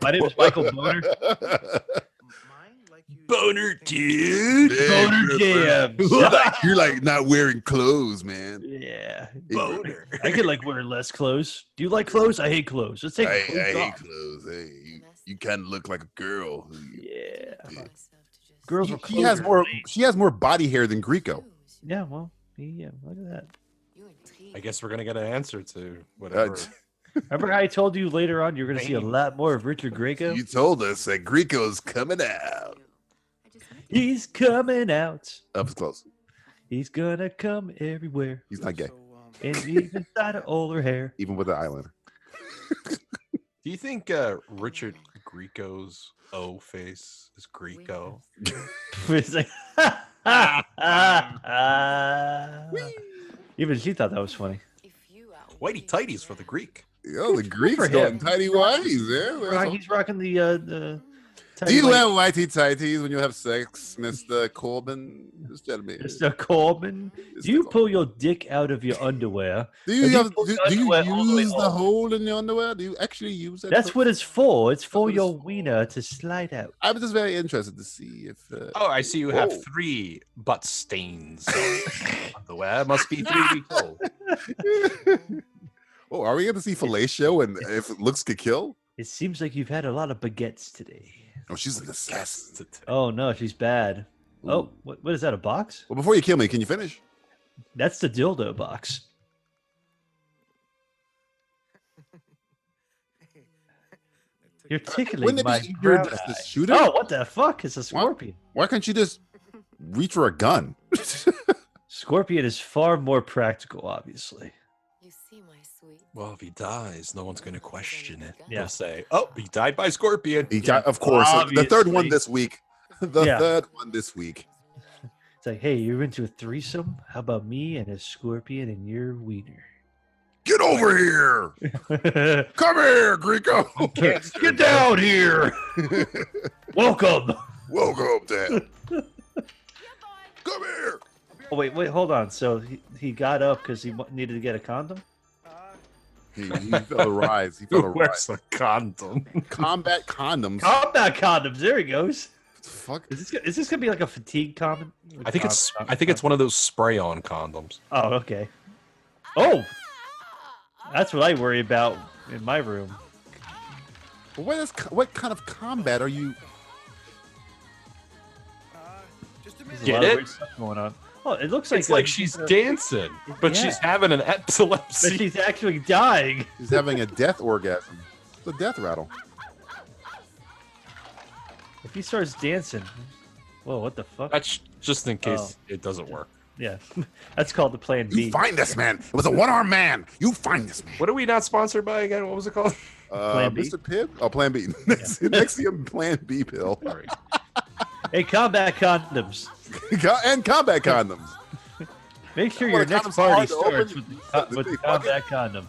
My name is Michael Boner.
Boner dude.
Boner jams.
You're like, you're like not wearing clothes, man.
Yeah.
Boner.
I could like wear less clothes. Do you like clothes? I hate clothes. Let's
I,
take
I
clothes
hate
off.
clothes. Hey, you, you kind of look like a girl.
Yeah.
Girls he has more. She has more body hair than Greco.
Yeah, well, yeah, look at that.
I guess we're gonna get an answer to whatever.
Remember how I told you later on you're going to see a lot more of Richard Greco?
You told us that Greco's coming out.
He's coming out.
Up close.
He's gonna come everywhere.
He's not gay.
And even inside of older hair.
Even with the eyeliner.
Do you think uh, Richard Grieco's O face is Grieco?
It's like, even she thought that was funny.
Whitey tighties for the Greek.
Oh, the Greeks
for
going
him.
tighty whities. Yeah,
Rock- He's rocking the uh, the.
Do you
tight-
have whitey tighties when you have sex, Mister Corbin? Just tell me.
Mr. Corbin, do you pull your dick out of your underwear?
Do you
and
have?
pull
Do,
your
do you
underwear all the way
use the
off?
hole in your underwear? Do you actually use that?
That's
for-
what it's for. It's for your wiener to slide out.
I was just very interested to see if. Uh,
Oh, I see you have
Whoa.
three butt stains on the web. Must be three weeks old.
Oh, are we going to see fellatio and if looks could kill?
It seems like you've had a lot of baguettes today.
Oh, she's an assassin.
Oh no, she's bad. Oh, what, what is that? A box?
Well, before you kill me, can you finish?
That's the dildo box. You're tickling
Wouldn't it be
my
easier
brown
just to
eye.
shoot it?
Oh, what the fuck is a scorpion?
Why can't you just reach for a gun?
Scorpion is far more practical, obviously.
Well, if he dies, no one's gonna question it.
Yeah.
They'll say, "Oh, he died by scorpion."
He got, of course, uh, the third one
Obviously.
this week. The
Yeah.
third one this week.
It's like, hey, you're into a threesome? How about me and a scorpion and your wiener?
Get over here! Come here, Greco! Get down here!
Welcome.
Welcome, Dad.
Oh wait, wait, hold on. So he, he got up because he wa- needed to get a condom.
He, he felt a rise. He felt a rise.
condom?
Combat condoms.
Combat condoms. There he goes.
Fuck.
Is this, go- is this gonna be like a fatigue comment?
I think it's I think it's one of those spray-on condoms.
Oh, okay. Oh, that's what I worry about in my room.
But what is co- what kind of combat are you?
There's a
Get
lot of
it?
weird stuff going on. Oh, it looks like
It's like she's dancing, but she's having an epilepsy.
But she's actually dying.
He's having a death orgasm. It's a death rattle.
If he starts dancing, whoa, what the fuck?
That's just in case
Oh.
it doesn't work.
Yeah, that's called the Plan B.
You find this man. It was a one armed man. You find this man.
What are we not sponsored by again? What was it called?
Uh,
Plan B?
Mr. Pibb? Oh, Plan B. Next, Nexium Plan B pill.
Hey, combat condoms.
Co- and combat condoms.
Make sure
Oh,
your
the condom's
next
hard
party
to open.
starts with the, co- with the combat condom.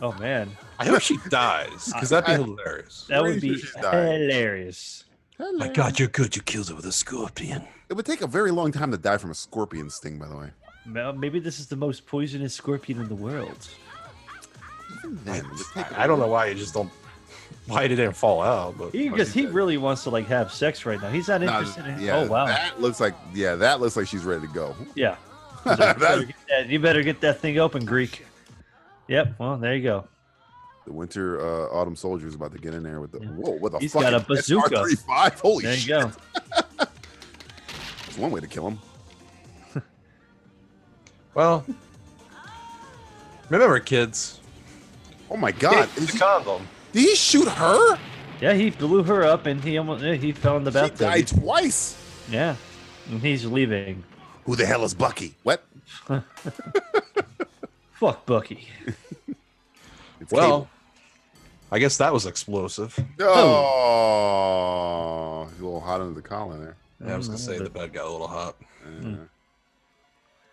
Oh man,
I hope she dies because that'd be
I-
hilarious.
that would
Pretty
be
sure she's dying.
hilarious.
Hello.
you're good. You killed it with a scorpion.
It would take a very long time to die from a scorpion sting, by the way.
Ma- Maybe this is the most poisonous scorpion in the world.
Even then, it would take a-
I don't know why you just don't. Why did it didn't fall out? But
He just he really wants to like have sex right now. He's not
Oh, Nah,
interested in.
yeah,
oh wow.
That looks like yeah, that looks like she's ready to go.
yeah. He's like, you, better get that, you better get that thing open, Greek. Yep. Well, there you go.
The winter uh, autumn soldier is about to get in there with the whoa, what the
He's
fucking
got a bazooka.
SR-35. Holy
there you
shit!
go.
That's one way to kill him.
Well, remember, kids.
Oh my god!
take
Is
the
he,
condom.
did he shoot her?
Yeah, he blew her up and he almost yeah, he fell in the
She
bathtub.
died twice.
Yeah. And he's leaving.
Who the hell is Bucky?
What?
Fuck Bucky.
It's
Well, I guess that was explosive.
Cable. oh, he's a little hot under the collar there.
Yeah, I was gonna
Mm,
say the bed got a little hot.
Hmm.
Uh,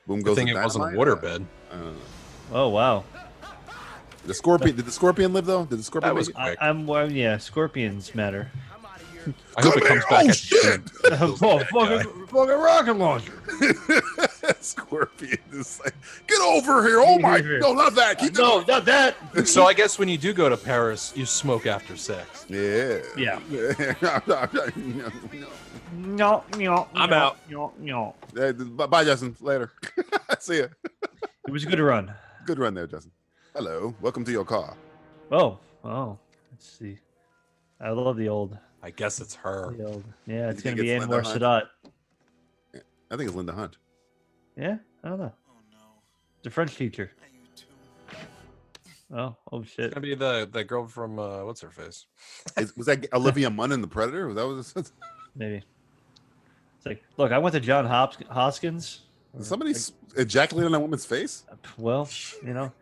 Boom
Good
goes.
thing
the
it wasn't a
dynamite.
water bed.
Uh,
Oh wow.
the scorpion. Did the scorpion live though? Did the scorpion?
That was
make it?
I, I'm well, yeah. Scorpions matter.
I hope it comes back.
Oh,
at the end.
oh, fucking, fucking rocket launcher.
Scorpion is like, get
over here. Oh my, no, not that. Keep
no, not that.
So I guess when you do go to Paris, you smoke after sex.
Yeah.
Yeah.
no, no.
No, no.
I'm
no,
out.
No, no.
Uh, b- Bye, Justin. Later. See ya.
It was a good run.
Good run there, Justin. Hello. Welcome to your car.
Oh, oh. Let's see. I love the old.
I guess it's her.
The old. Yeah, it's
think
going to be
it's
Anwar
Linda Hunt?
Sadat.
I think it's Linda Hunt.
Yeah, I don't know. The French teacher. Oh, oh shit.
It's gonna be the the girl from uh, what's her face?
Is, was that Olivia Munn in The Predator? Was that was
Maybe. It's like, look, I went to John Hop- Hoskins.
somebody s ejaculate on that woman's face?
Well, you know.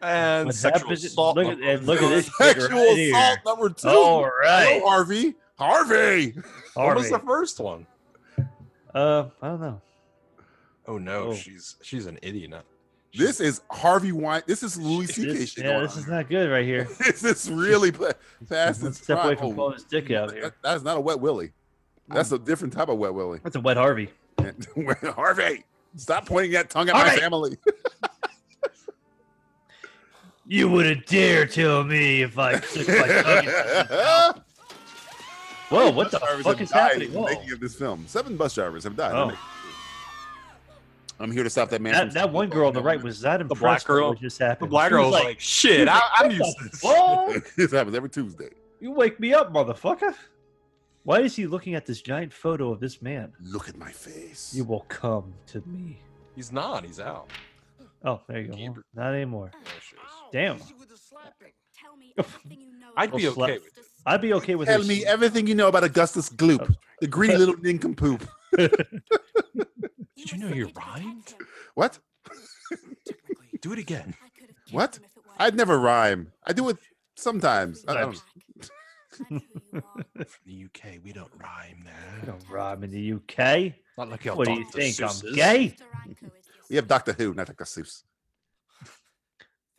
And
What
sexual
happens-
assault.
look at-
number
and look at
two.
this
sexual
shit right here.
assault number two.
All right.
Hello, Harvey. Harvey.
What
Harvey.
was the first one?
Uh, I don't know.
Oh no,
Oh.
she's she's an idiot. now.
This is Harvey Wine. This is Louis C.K.
This,
shit
yeah,
going
this
on.
is not good right here.
This is really pa- past
One
its
step away
prime.
from
Oh,
pulling his dick out here.
that- That's not a wet willy. That's a different type of wet willy.
That's a wet Harvey.
Harvey, stop pointing that tongue at my
Harvey!
family.
You wouldn't dare tell me if I took my tongue. in- Whoa, Oh, what the
drivers
fuck
have
is
died
happening?
in the
Whoa.
making of this film. Seven bus drivers have died. in the
Oh.
making. I'm here to stop that man.
That,
from-
that one girl on the right was that impressed with
girl-
what just happened.
black
She was
girl was like, "Shit, I-
what
I'm
the
used to this."
fuck?
this happens every Tuesday.
You wake me up, motherfucker. Why is he looking at this giant photo of this man?
Look at my face.
You will come to me.
He's not. He's out.
Oh, there you go. Well, Not anymore.
There she is.
Damn.
I'd be
Little slut.
okay with it.
I'd be okay with
Tell
her
me everything you know about Augustus Gloop, the greedy little nincompoop.
Did you know you rhymed?
What?
Do it again.
What? I'd never rhyme. I do it sometimes. I don't,
From the UK, we don't rhyme
You
there.
don't rhyme in the UK.
Not like your
what do you
Dr.
think? I'm
Seuss's.
gay.
we have Doctor Who, not Doctor Seuss.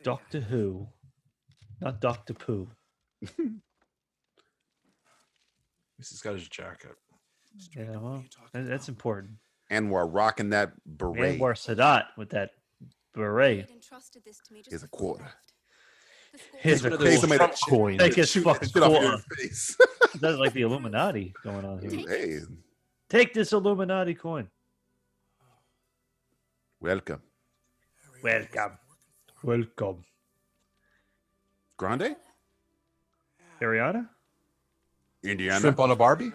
Doctor Who, not Doctor Pooh.
He's got his jacket.
Yeah, well, that- that's important.
And we're rocking that beret.
Anwar Sadat with that beret.
Here's a quarter.
His
Look at
Pay
those
somebody
Trump
that shit-
coins.
Take his
shoot that
fucking
shit off your
quarter.
face.
That's like the Illuminati going on here.
hey,
Take this Illuminati coin.
welcome.
Welcome. Welcome.
Grande?
Ariana?
Indiana.
Shrimp on a Barbie?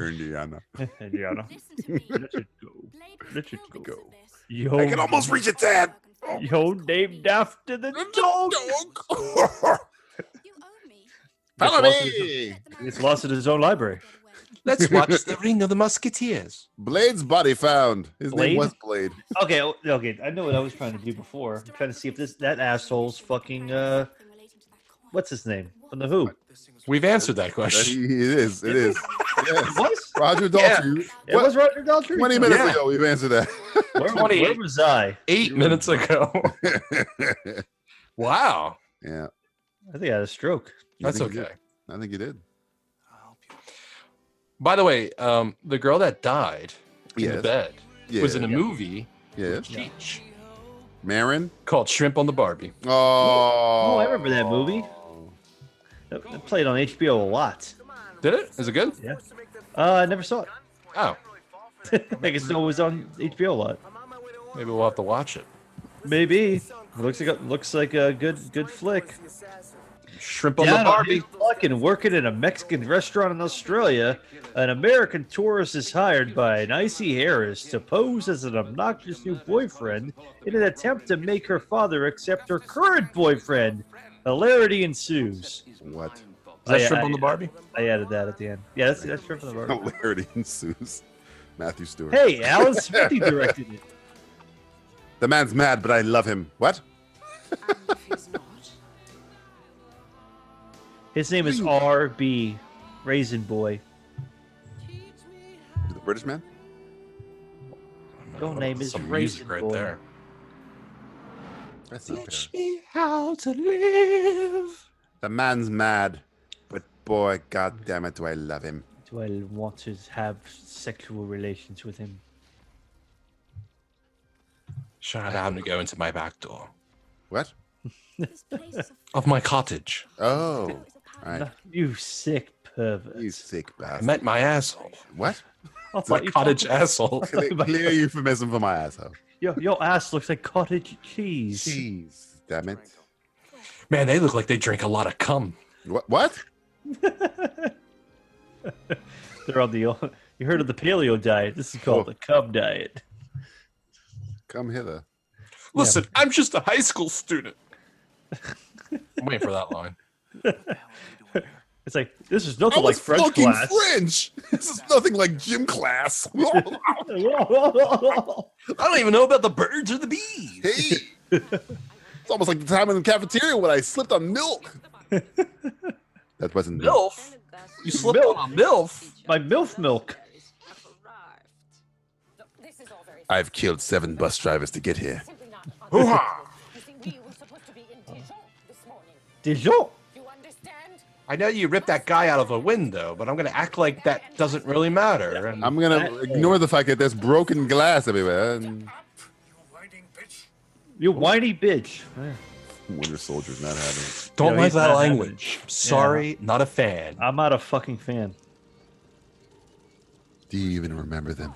Indiana.
Ariana. Let it go. Let it go.
Go.
Yo,
I can almost reach it, Dad. Oh,
yo named after the dog.
dog. Follow
Just lost it.
me.
It's lost in his own library.
Let's watch the Ring of the Musketeers.
Blade's body found. His
Blade?
name was Blade.
Okay, o- okay. I know what I was trying to do before. I'm trying to see if this that asshole's fucking uh, what's his name from the Who?
We've answered that
That
question.
he- It is. It is. Yes.
What?
Roger Daltrey.
It was Roger Daltrey.
20 minutes
Yeah.
ago, we've answered that.
Where,
28.
where was I?
Eight minutes ago. wow.
yeah.
I think I had a stroke.
I
That's
think you
okay.
did. I think you did.
By the way, um, the girl that died in
Yes.
the bed
Yeah.
was in a movie
yeah.
Cheech,
Marin.
called Shrimp on the Barbie.
Oh.
Oh, I remember that movie. That that played on HBO a lot.
Did it? Is it good?
Yeah. Uh, I never saw it.
Oh,
I guess no, it was on HBO a lot.
maybe we'll have to watch it.
Maybe. Looks like a, looks like a good good flick.
Shrimp on the
Down on
Barbie.
his luck and working in a Mexican restaurant in Australia, an American tourist is hired by an icy Harris to pose as an obnoxious new boyfriend in an attempt to make her father accept her current boyfriend. Hilarity ensues.
What?
Is that
I-
Shrimp
I-
on the Barbie?
I added that at the end. Yeah, that's, that's Shrimp on the Barbie.
Hilarity ensues. Matthew Stewart.
Hey, Alan Smithy directed it.
The man's mad, but I love him. What?
His name is R.B. Raisin Boy.
The British man?
Your name is
Oh, Some
Raisin
music right
Boy.
there.
That's not fair.
me how to live.
The man's mad, but boy, god damn it, do I love him.
Do I want to have sexual relations with him?
Shout out to go into my back door.
What?
of my cottage.
Oh.
You sick pervert.
You sick
I
bastard.
meant my asshole.
What?
I
my
thought you
cottage
talked-
asshole.
Cle- Clear euphemism for my asshole.
Your, your ass looks like cottage cheese.
Cheese. Damn it.
Man, they look like they drink a lot of cum.
What? What?
They're on the. You heard of the paleo diet? This is called the cub diet.
Come hither.
Listen, I'm just a high school student. I'm waiting for that line.
It's like this is nothing
I
like
was
French
fucking
class.
French. This is nothing like gym class.
I don't even know about the birds or the bees.
Hey, it's almost like the time in the cafeteria when I slipped on milk. that wasn't milk.
Milf. You slipped on a milf.
My milf milk.
Uh,
I've killed seven bus drivers to get here.
Dijon.
I know you ripped that guy out of a window, but I'm going to act like that doesn't really matter. And
I'm gonna ignore the fact that there's broken glass everywhere. And
You whiny bitch.
Winter Soldier's not having it.
Don't
No,
like
he's not
that
having
language. Sorry, not a fan.
I'm not a fucking fan.
Do you even remember them?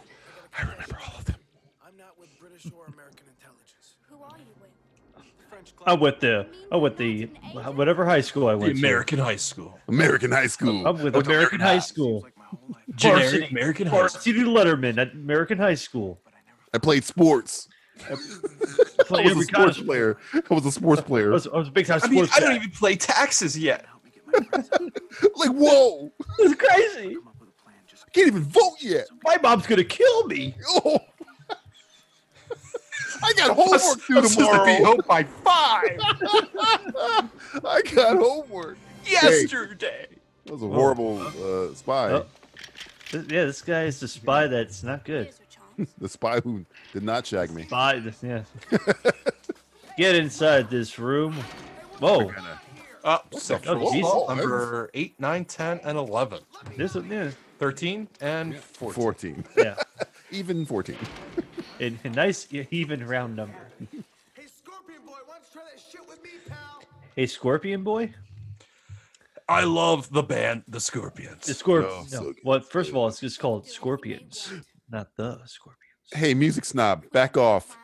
I went the I went the whatever high school I went
American
to.
high school.
American high school.
I'm with
I went to
American high school.
Generic
Varsity-
American high school.
Varsity Letterman at American high school.
I played sports. I
Played
was a
every kind of
sports player. I was a sports
I
player.
was, I was a big time
I mean,
sports.
I don't
fan.
even play taxes yet.
Like, whoa!
It's crazy.
I can't even vote yet.
My mom's gonna kill me.
Oh. I got homework due
I'm supposed to be
tomorrow.
home by five
I got homework.
yesterday.
That was a horrible uh, spy.
Oh. Th- Yeah, this guy is a spy. That's not good.
The spy who did not shag me.
Spy. this- Yeah. Get inside this room. Whoa.
Uh, sexual
Oh, Jesus.
assault number 8, 9, 10, and 11.
This is yeah.
13 and 14.
14.
yeah.
Even 14.
A, a nice e- even round number. Hey, Scorpion Boy.
I love the band The Scorpions.
The Scorpion.
No,
no.
so good.
Well, first of all, it's just called Scorpions, not the Scorpion.
Hey, music snob, back off.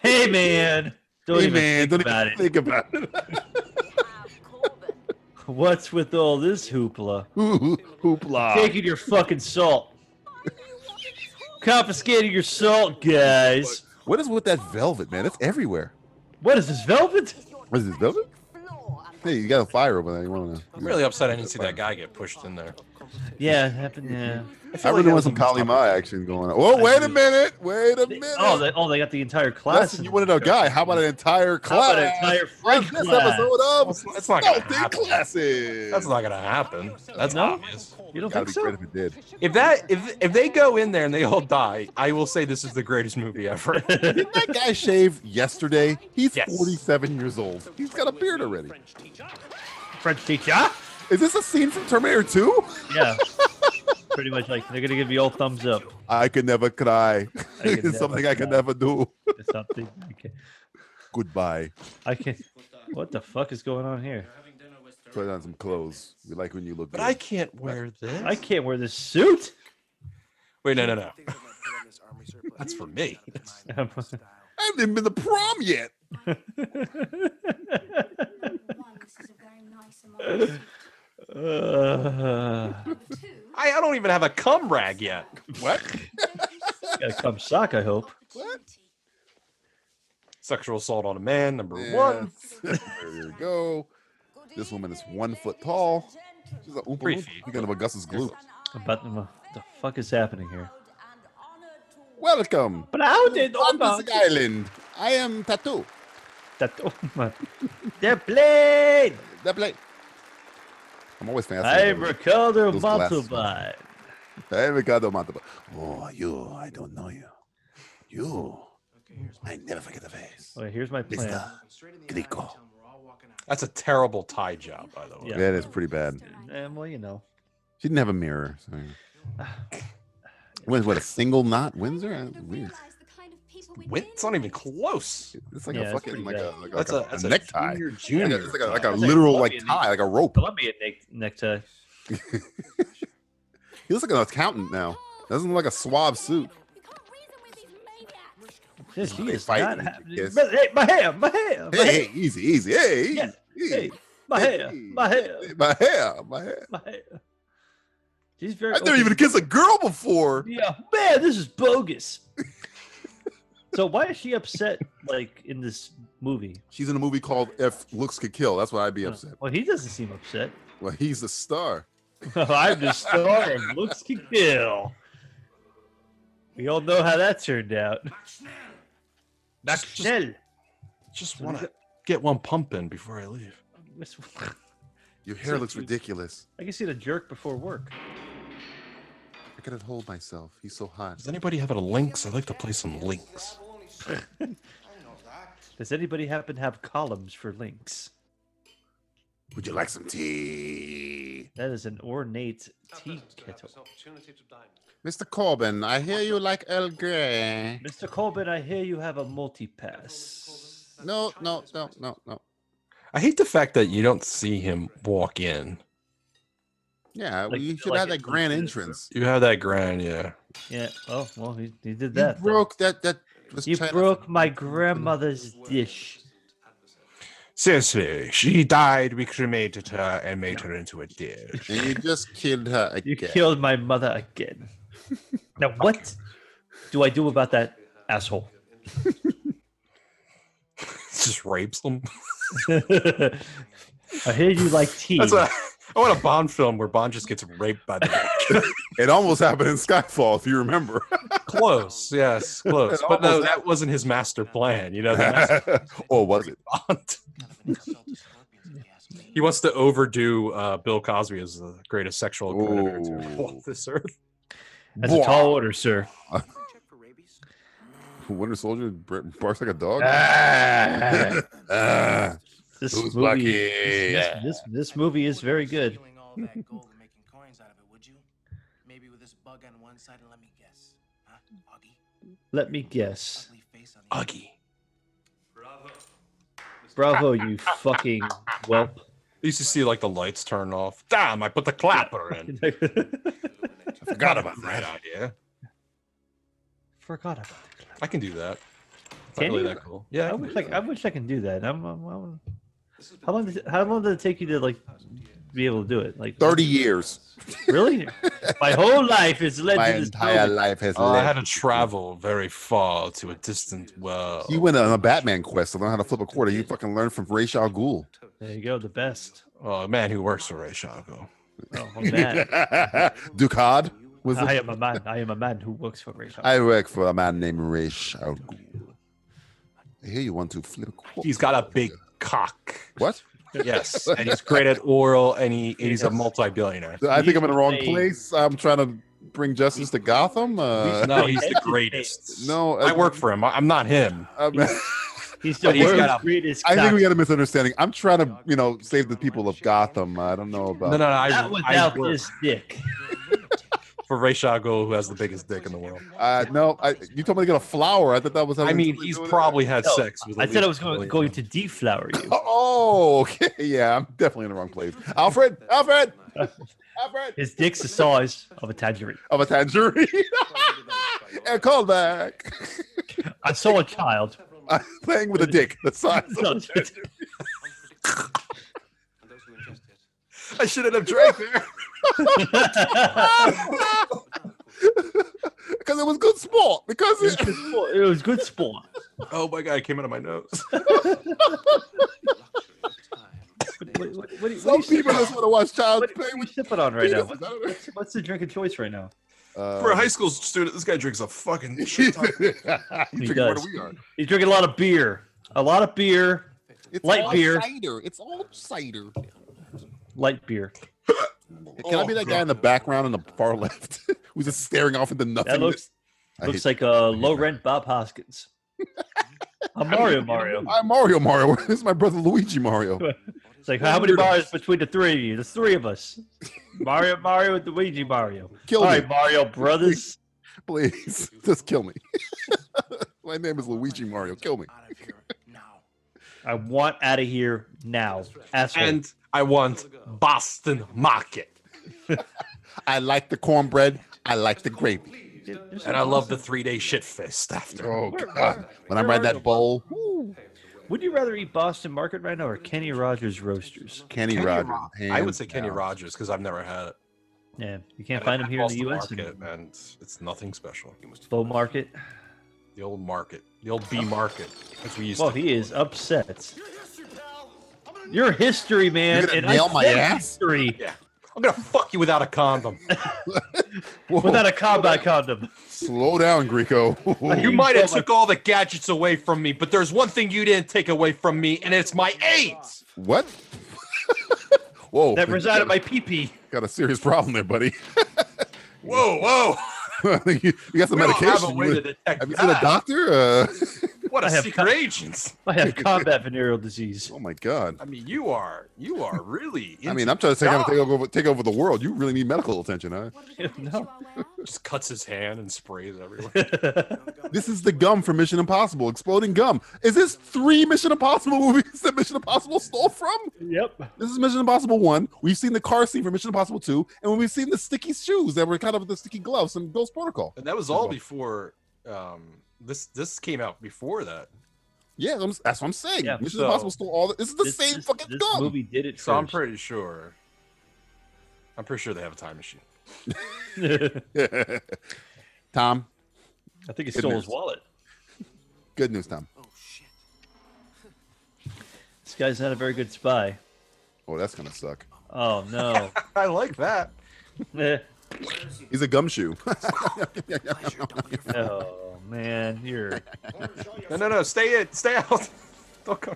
Hey, man. Don't
hey,
even
man,
think
don't
about
even
it.
think about it.
What's with all this hoopla?
Ooh, hoopla.
Taking your fucking salt. Confiscating your salt, guys.
What is with that velvet, man? That's everywhere.
What is this, velvet?
What is this, velvet? Hey, you got a fire over there. You want to?
I'm really upset I didn't see that guy get pushed in there.
Yeah, it happened. Yeah.
I really want some Kali Ma action going on. Oh, wait a minute. Wait a minute.
Oh, they, oh, they got the entire class.
Listen,
in
you wanted a guy. How about an entire class?
an entire French
this
class?
episode of
That's- that's not gonna
Salty
happen.
Classes.
That's not gonna happen. That's
No?
obvious.
You don't
Gotta
think
be
so?
great if it did.
If that if if they go in there and they all die, I will say this is the greatest movie ever.
Did that guy shave yesterday? He's
Yes.
47 years old. He's got a beard already.
French teacher?
Is this a scene from Terminator 2?
Yeah. Pretty much like they're gonna give you all thumbs up.
I can never cry.
can
it's
never
something I can
cry.
never do.
It's something. I can,
Goodbye.
I can. What the fuck is going on here?
Put on some clothes. We like when you look
But
good.
I can't wear this.
I can't wear this suit.
Wait, no, no, no. That's for me.
I haven't been to prom yet.
Uh,
I, I don't even have a cum rag yet.
What?
gotta come sock. I hope.
Sexual assault on a man, number one.
Yes. there you go. This woman is one foot tall. She's a oompa
Three
loompa.
feet.
Speaking of Augustus Gloop.
About the, what the fuck is happening here?
Welcome
But how did oh
on this island. I am Tattoo.
that? Oh my! They're playing.
That play. I'm always
I
fascinated. with-
Ricardo
those glasses,
Montalban.
Hey, Ricardo Montalban. Oh, you. I don't know you. You. I never forget the face.
Wait, here's my plan.
Mr. Grico.
That's a terrible tie job, by the way.
Yeah.
Yeah, that's pretty bad.
Eh, well, you know.
She didn't have a mirror. So. What, what, a single knot Windsor? Uh, Weird.
went. It's not even close.
It's like a fucking like a, like a,
that's
like
a, that's a
necktie.
Junior,
Like
junior.
a- it's like a, like a literal like
Colombian
tie, like a rope.
Columbia neck, necktie.
He looks like an accountant now. Doesn't look like a swab suit.
This he
is
not happening. But, hey, my hair, my hair, my
Hey,
hair.
hey, easy, easy. Hey,
Yeah,
easy,
hey, my hair, my hair,
easy. my hair, my hair.
my hair. She's very.
I've never even kissed a girl before.
Yeah, man, this is bogus. so why is she upset? Like in this movie?
She's in a movie called If Looks Could Kill. That's why I'd be upset.
Well, he doesn't seem upset.
Well, he's the star.
I'm the star of Looks to Kill. We all know how that turned out.
That's just, just want to get one pump in before I leave.
Your hair looks ridiculous.
I can see the jerk before work.
I couldn't hold myself. He's so hot.
Does anybody have a Lynx? I'd like to play some Lynx.
Does anybody happen to have columns for links?
Would you like some tea?
That is an ornate tea kettle.
Mr. Corbin, I hear you like El Grey.
Mr. Corbin, I hear you have a multi pass.
No, no, no, no, no.
I hate the fact that you don't see him walk in.
Yeah, well,
Like-
you should
like
have that
it
grand
comes
entrance.
You have that grind, yeah.
Yeah. Oh well, he, he did
You
that. then.
broke that. That was
You
China-
broke my grandmother's dish.
Seriously, she died. We cremated her and made her into a dish.
And you just killed her again.
You killed my mother again. now what do I do about that asshole?
just rapes them.
I hear you like tea.
That's what I, I want a Bond film where Bond just gets raped by the
It almost happened in Skyfall, if you remember.
close. Yes, close.
It
But no,
almost
that wasn't his master plan. You know, the master
or was it?
Bond. he wants to overdo uh, Bill Cosby as the greatest sexual predator to walk this earth.
That's a tall order, sir.
Winter Soldier br- barks like a dog.
Ah.
Ah.
This
Who's
movie,
lucky?
This, this this movie is very good.
all that gold and making coins out of it, would you? Maybe with this bug on one side and let me guess. Huh? Augie?
Let me guess.
Augie.
Bravo, you fucking whelp.
You used to see like the lights turn off. Damn, I put the clapper in. I forgot about that idea.
Forgot about
I can do that. It's
Can
not really
you?
that cool.
I
Yeah, I can
wish
do
I, I wish I can do that. I'm, I'm, I'm- how long did it, how long did it take you to like be able to do it? Like
Thirty years.
Really? My whole life is led
My
to this
entire
moment.
life has
Oh, I
led
had to travel very far to a distant world.
He went on a Batman quest to learn how to flip a quarter. You fucking learned from Ra's al Ghul.
There you go, the best.
Oh, a man who works for Ray Shago.
Oh, I'm mad.
Ducad was
I
it?
am a man. I am a man who works for Ray
I work for a man named Ra's al Ghul. I hear you want to flip a quarter.
He's got a big cock.
What?
Yes, and he's great at oral, and he and he's a
Yes.
multi-billionaire.
I think I'm in the wrong
He's a-
place. I'm trying to bring justice to Gotham. Uh,
No, he's the greatest.
no, uh,
I work for him. I- I'm not him.
I'm-
He's the
But he's
world's
got a-
greatest.
um, I think
cock.
we got a misunderstanding. I'm trying to, you know, save the people of Gotham. I don't know
No,
about.
no, no. I,
Not
I
without
work
this dick.
for Ray Shago, who has the biggest dick in the world.
Uh, no, I, you told me to get a flower. I thought that was. how
I
they
mean,
usually
he's
do it.
probably had
No,
sex with.
I
at
said I
least
was
a
going,
million
going to deflower you.
Oh, okay. Yeah, I'm definitely in the wrong place. Alfred, Alfred, Alfred,
His dick's the size of a tangerine.
of a tangerine. and call back.
I saw a child.
I'm playing with a dick the size of a tangerine. I shouldn't have drank there because it was good sport. Because
It was
it,
good sport. It was good sport.
Oh my god, it came out of my nose.
Oh.
What, what, what, what,
some
are you
people just want to watch child
What,
play
what are you
with.
sipping on right now?
Penis.
What's, what's, what's the drink of choice right now?
Uh,
For a high school student, this guy drinks a fucking shit ton.
you
He
drink more
does.
than we are.
He's drinking a lot of beer. A lot of beer.
It's
Light
all
beer.
Cider. It's all cider.
Light beer.
Can I be that guy in the background on the far left who's just staring off into nothing?
That looks
I
looks
hate-
like a low rent Bob Hoskins. A Mario Mario.
I'm Mario Mario. This is my brother Luigi Mario.
It's like how many Marios between the three of you? There's three of us. Mario Mario and Luigi Mario.
Kill
All
me.
right, Mario Brothers.
Please, just kill me. My name is Luigi Mario. Kill me.
I want out of here now. Asshole.
And I want Boston Market.
I like the cornbread. I like the gravy.
And I love the three day shit fest after.
Oh, God. When I'm at that bowl,
Would you rather eat Boston Market right now or Kenny Rogers Roasters?
Kenny,
Kenny
Rogers.
Ro- I would say Kenny Rogers because I've never had it.
Yeah, you can't
And
find
I
them here in the U.S.
lost
and
market, and it's nothing special.
Bow Market.
The old market, the old B market, as we used
Well,
to.
he is upset. Your history, man.
You're gonna
and I
nail my
said
ass?
History.
Yeah. I'm gonna fuck you without a condom.
Without a combat condom.
Slow down, Greco.
You might have took all the gadgets away from me, but there's one thing you didn't take away from me, and it's my AIDS.
What? Whoa.
That
resides at my pee-pee.
Got a serious problem there, buddy.
Whoa, whoa!
I think you, you got some
We don't have a
medication.
way
you,
to detect
have you seen a
that.
doctor? Uh,
What a
I have
secret
co-
agents!
I have combat venereal disease.
oh my god.
I mean, you are, you are really.
I
into
mean, I'm trying to take,
God.
take over take over the world. You really need medical attention, huh?
no.
Just cuts his hand and sprays everywhere.
This is the gum from Mission Impossible, exploding gum. Is this three Mission Impossible movies that Mission Impossible stole from?
Yep.
This is Mission Impossible One. We've seen the car scene from Mission Impossible Two, and we've seen the sticky shoes that were kind of the sticky gloves and Ghost Protocol.
And that was all before um this this came out before that.
Yeah, I'm- that's what I'm saying.
Yeah,
Mission
so-
Impossible stole all. The, this is the
This-
same
this-
fucking
this
gum.
movie did it
So I'm
first.
pretty sure. I'm pretty sure they have a time machine.
Tom,
I think he
Good
stole
news.
his wallet.
good news, Tom.
This guy's not a very good spy.
Oh, that's gonna suck.
Oh no.
I like that.
Eh.
He's a gumshoe.
oh man, you're
No, no, no. Stay in. Stay out. Don't come.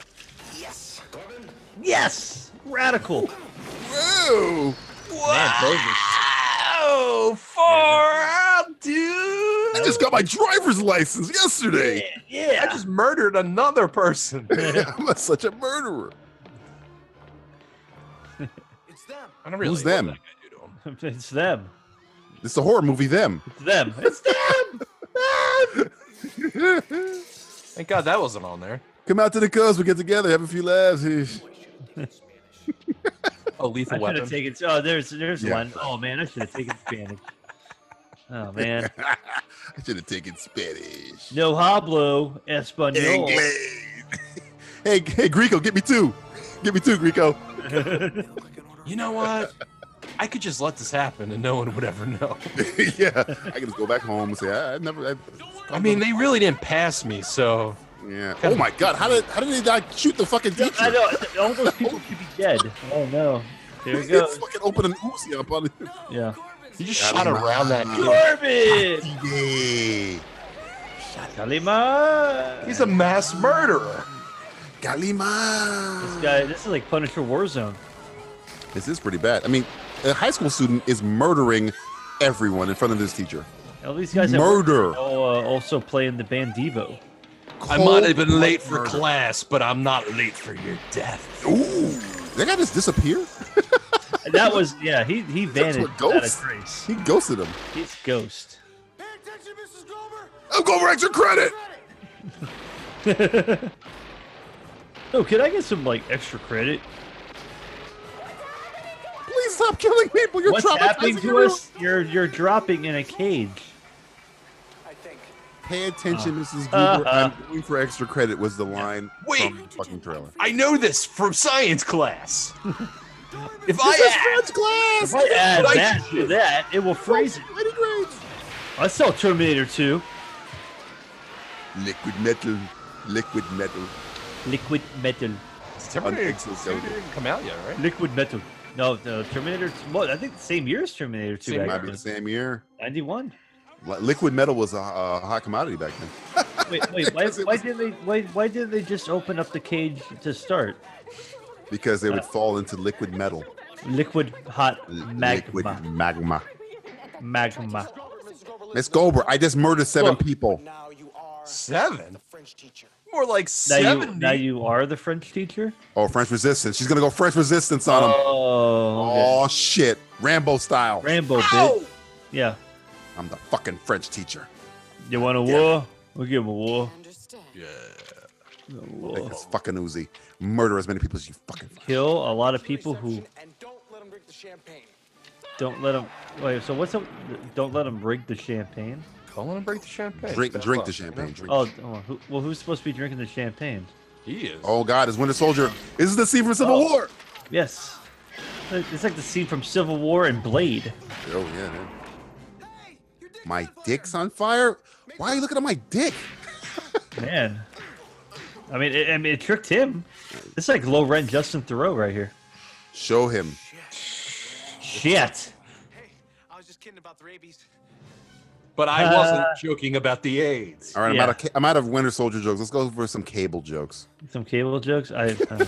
yes, radical.
Whoa!
Man, Bogus.
Oh, far out, dude.
I just got my driver's license yesterday.
I just murdered another person.
I'm such a murderer.
It's them.
I don't really.
Who's
know what
them?
that guy did to him.
it's them.
It's a horror movie. Them.
It's them. It's
Thank God that wasn't on there.
Come out to the cubs. We get together, have a few laughs.
Oh, lethal
I should
weapon.
have taken. Oh, there's there's
Yeah.
one. Oh man, I should have taken Spanish. Oh man,
I should have taken Spanish.
no hablo español.
English. hey, hey, Greco, get me two. Get me two, Greco.
you know what? I could just let this happen and no one would ever know.
yeah, I can just go back home and say I, I never. I,
I mean, they really didn't pass me, so
yeah. Oh my God, how did how did they not shoot the fucking teacher?
I know all those people could be dead. Oh no, there it
They
goes.
fucking open an Uzi up on it.
Yeah,
you just shot around that kid.
Corbin.
Yay.
Kalima.
He's a mass murderer.
Kalima.
This guy, this is like Punisher Warzone.
This is pretty bad. I mean, a high school student is murdering everyone in front of his teacher.
All these guys that work-
Murder.
Oh, uh, also playing the band Devo.
I might have been
Cold
late for
murder.
class, but I'm not late for your death.
Ooh, that guy just disappeared.
That was yeah. He he
That's
vanished
what
without a
ghost.
trace.
He ghosted him.
He's ghost.
Pay attention, Mrs. Grover.
I'm going for extra credit.
Oh, could I get some like extra credit?
Please stop killing people. You're
What's
traumatizing
happening to
everyone.
us? You're you're dropping in a cage.
I think.
Pay
Uh.
attention, Mrs. Gruber.
Uh-huh.
I'm going for extra credit was the line
Wait.
from the fucking trailer.
I know this from science class.
This
if
is
I
French class.
If I add
Right.
that to that, it will freeze it.
Lady grades.
I saw Terminator 2.
Liquid metal. Liquid metal.
Liquid metal.
asked,
Terminator two
Terminator 2 didn't come out yet, right?
Liquid metal. No, no Terminator. T- Well, I think the same year as Terminator 2.
Same
Might be
actually.
the same year.
Ninety-one.
Li- Liquid metal was a, a hot commodity back then.
Wait, wait. Why,
Because it
why
was-
did they? Why, why did they just open up the cage to start?
Because they would fall into liquid metal.
Liquid hot
L-
magma.
Liquid magma.
Magma.
Miss Goldberg, I just murdered seven
Look.
people.
Now you are
Seven?
the French teacher.
More like
Now
seven.
you, now you are the French teacher.
Oh, French resistance. She's gonna go French resistance on him.
Oh,
Oh shit, Rambo style.
Rambo, bitch. Yeah.
I'm the fucking French teacher.
You want a war? We'll give him a war.
Yeah.
Like this fucking Uzi. Murder as many people as you fucking.
Kill a lot of people who don't let them. Wait, so what's up? Don't let them break the champagne.
Don't let them break the champagne.
Drink- That's drink the fucked, you know? champagne, drink
Oh, oh, who, well, who's supposed to be drinking the champagne?
He is.
Oh God, is Winter Soldier. This is the scene from Civil
Oh.
War.
Yes. It's like the scene from Civil War and Blade.
Oh yeah. Man. My dick's on fire. Why are you looking at my dick?
Man. I mean, it, I mean, it tricked him. It's like low rent Justin Thoreau right here.
Show him.
Shit.
But I wasn't joking about the AIDS.
All right, I'm out of ca- I'm out of Winter Soldier jokes. Let's go for some cable jokes.
Some cable jokes. I. Uh,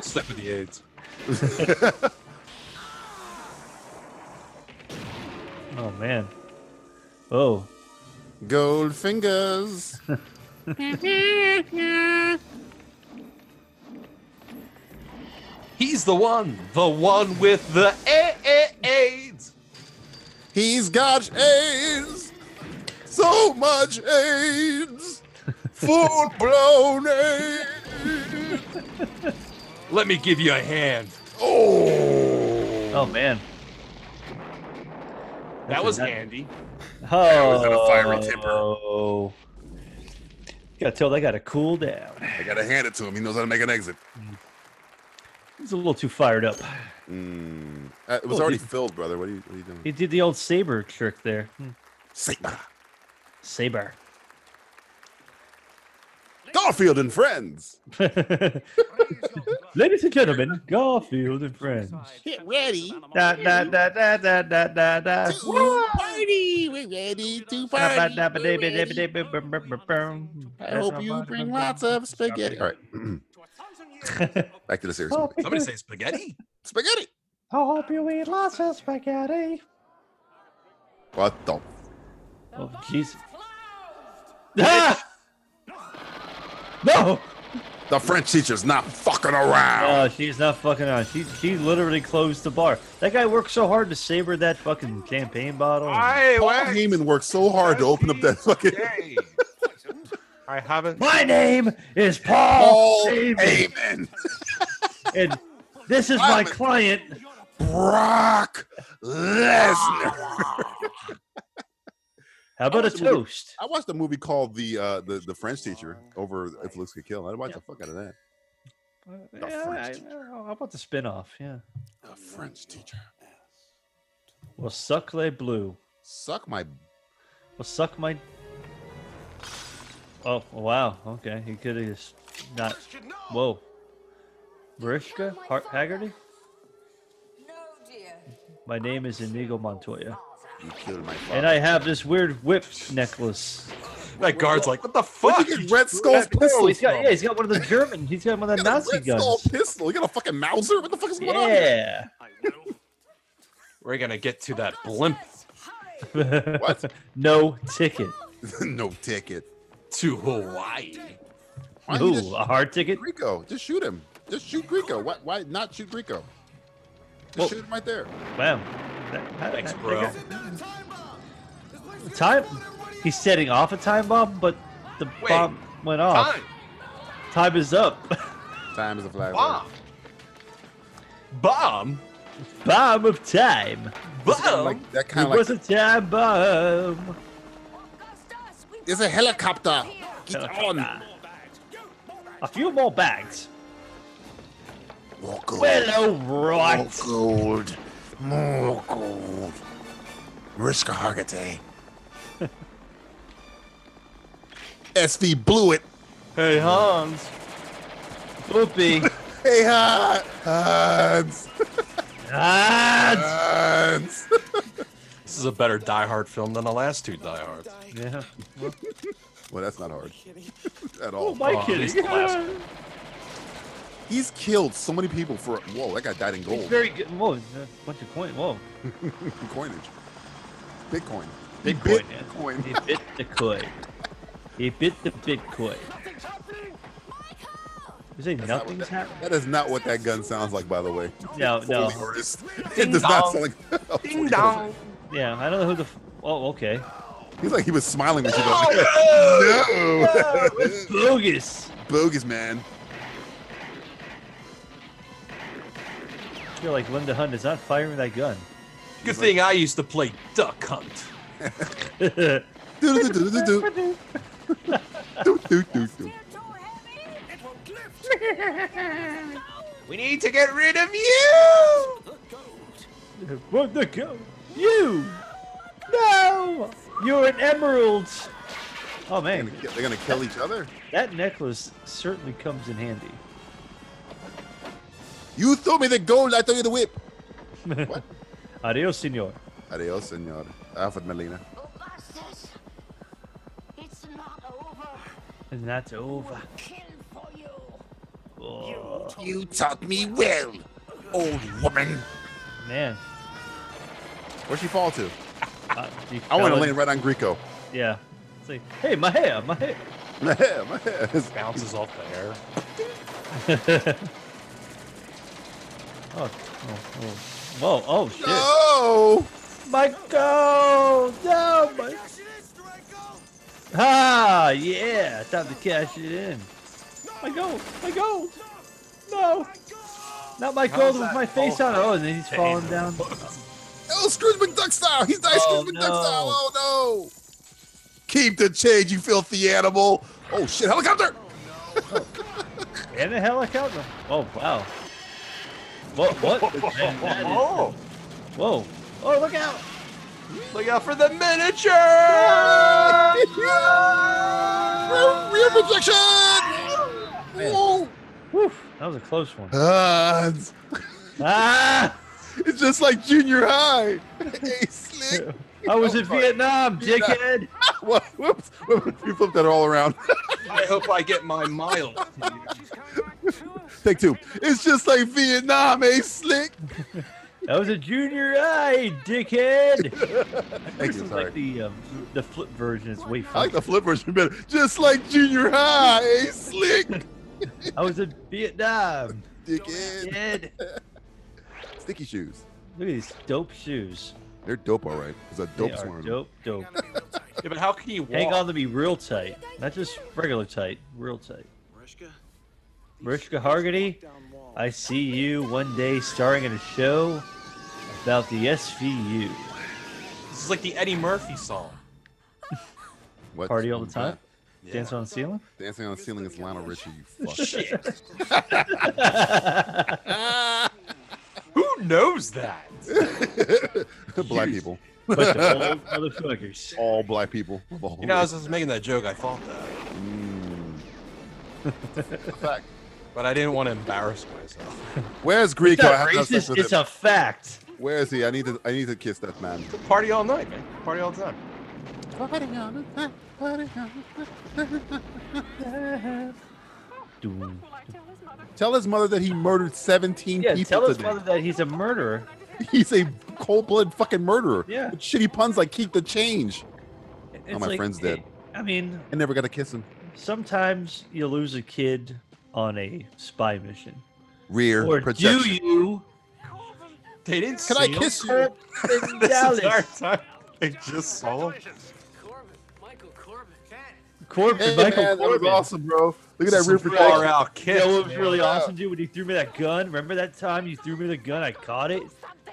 Slept with the AIDS.
oh man. Oh.
Gold fingers.
He's the one. The one with the A- A- AIDS.
He's got AIDS. So much AIDS. Full blown AIDS.
Let me give you a hand.
Oh man.
That was handy.
Oh.
was at a fiery temper.
Oh. Gotta tell that guy to cool down.
I gotta hand it to him. He knows how to make an exit.
He's a little too fired up.
Mm. Uh, it was
Oh,
already
he-
filled, brother. What are you, what are you doing? uh,
He did the old saber trick there. Hmm.
Saber.
Saber.
Garfield and friends.
Ladies and gentlemen, Garfield and friends.
Get ready.
Da da da da da da da da.
to Party. We're ready to party. We're ready. I hope you bring lots of spaghetti.
All right. Back to the serious movie.
Somebody say spaghetti.
Spaghetti.
I hope you eat lots of spaghetti.
What the?
Oh, jeez. Ah! No!
The French teacher's not fucking around.
No, she's not fucking on. She she literally closed the bar. That guy worked so hard to savor that fucking champagne bottle.
Paul Heyman worked so hard to open up that fucking.
I haven't.
My name is Paul,
Paul
Heyman,
Heyman.
and this is my client.
Brock Lesnar.
How about a toast?
I watched a movie called the uh, the the French Teacher over If Looks Could Kill. I watched the fuck out of that.
Yeah, I- I don't know. How about the spinoff? Yeah.
The French Teacher.
Well, suck les blue.
Suck my.
Well, suck my. Oh wow. Okay, he could have just not. Whoa. Mariska Har- Haggerty. My name is Inigo Montoya,
You killed my father.
and I have this weird whip necklace.
That guard's like, what the
Where'd
fuck?
you get Red Skull's
Oh,
pistol?
he's got yeah, he's got one of the German. He's got one of the Nazi
Red Skull
guns.
pistol. You got a fucking Mauser? What the fuck is going on? Here?
Yeah.
We're gonna get to that blimp.
What?
no ticket.
no ticket.
to Hawaii.
Why don't you just
Ooh, a hard ticket.
shoot Greco. Just shoot him. Just shoot Greco. Why, why not shoot Greco? Just
Well-
shoot him right there.
Wow. That- that-
Thanks,
that-
bro.
Time. He's setting off a time bomb, but the
Wait.
bomb went off.
Time.
Time is up.
Time is a flag.
Bomb. Bomb.
bomb of time.
Bomb.
Like, that
It
kind of
was
like
a time bomb.
it's a helicopter. Get on.
A few more bags.
More gold.
Well, alright.
More gold. More gold. Mariska Hargitay. eh? SV blew it.
Hey, Hans. Whoopee.
Hey, Hans. Hans.
Hans.
Hans.
This is a better Die Hard film than the last two Die Hards.
Yeah.
well, that's not hard at
Oh,
all.
my
Oh,
kidding.
he's the last
He's killed so many people for. Whoa, that guy died in
He's
gold.
very good. Whoa, a bunch of coin. Whoa.
Coinage. Bitcoin. He
Bitcoin.
bit
yeah.
Bitcoin.
He bit the coin. He bit the Bitcoin. You say
That's not what
nothing's
that-
happening?
That is not what that gun sounds like, by the way.
No, no.
Holy Horus. It does not sound like.
Ding dong.
Yeah, I don't know who the. F- oh, okay.
He's like he was smiling when she goes.
No!
No!
No, it's bogus.
Bogus, man.
You're like Linda Hunt is not firing that gun.
Good thing I used to play duck hunt.
We need to get rid of you!
What the go? You! No! You're an emerald! Oh man.
They're gonna, kill each other?
That necklace certainly comes in handy.
You throw me the gold, I throw you the whip.
What? Adios, senor.
Adios, senor. Alfred Molina.
It's not over.
And that's over. Oh,
You taught me well, old woman.
man.
Where'd she fall to?
Uh, she
I want to
fell
land
in-
right on Greco.
Yeah. It's like, hey, my hair, my hair.
My hair, my hair.
Bounces off the air.
Oh, oh, oh. Whoa, oh shit.
No!
Michael! No, Mike! Ah, yeah! Time to cash it in. My gold! My gold! No! Not my
How's
gold with
that
my face on it. Oh, and then he's
Hey,
falling down.
Oh, Scrooge McDuck style. He's nice,
Oh,
Scrooge McDuck
no.
style. Oh, no. Keep the change, you filthy animal. Oh, shit. Helicopter.
And a helicopter. Oh, wow. What? What? Man, that is-
Oh.
Whoa. Oh, look out!
Look out for the miniature!
Rear projection. Whoa.
Woof. That was a close one.
Ah, it's,
Ah!
it's just like junior high. Hey, slick.
I was in Vietnam, dickhead!
What? Whoops. Whoops. You flipped that all around.
I hope I get my miles.
Take two. It's just like Vietnam, eh, slick?
That was a junior high, dickhead! Thank
you, sorry.
like the, um, the flip version is
I
way
like
funnier.
the flip version better. Just like junior high, eh, slick?
I was in Vietnam.
Dickhead.
Dead.
Sticky shoes.
Look at these dope shoes.
They're dope, all right. It's a
They
dope
are
swarm.
dope, dope.
Yeah, but how can you walk?
Hang on to be real tight. Not just regular tight, real tight. Mariska Hargitay, I see you one day starring in a show about the SVU.
This is like the Eddie Murphy song.
What?
Party all the time?
Yeah.
Dance on the ceiling?
Dancing on the ceiling is Lionel Richie, you fuck.
Shit. Who knows that?
black people.
Bunch of old motherfuckers.
All black people. of all
You know, I was, I was making that joke. I thought that,
Mm. Fact.
but I didn't want to embarrass myself.
Where's
It's
Greco? I
not
have to have sex
racist,
with
it's
him.
a fact.
Where is he? I need to. I need to kiss that man.
Party all night, man. Party all the time.
Doom.
Tell his mother that he murdered 17
Yeah,
people
tell his
today.
mother that he's a murderer.
He's a cold blood fucking murderer.
Yeah.
With shitty puns like keep the change.
It's
my
like,
friend's dead.
hey, I mean,
I never got to kiss him.
sometimes you lose a kid on a spy mission.
Rear
Or
projection.
do you?
They didn't.
Can I
seal
kiss
you
her?
This
Dallas.
entire time. They just saw him.
Corbin,
Hey,
Michael
man, that was
Corbin.
awesome, bro. Look at that rear
Some far
projection.
out
You
kiss.
know what was
man.
really awesome, dude? When you threw me that gun. Remember that time you threw me the gun? I caught it.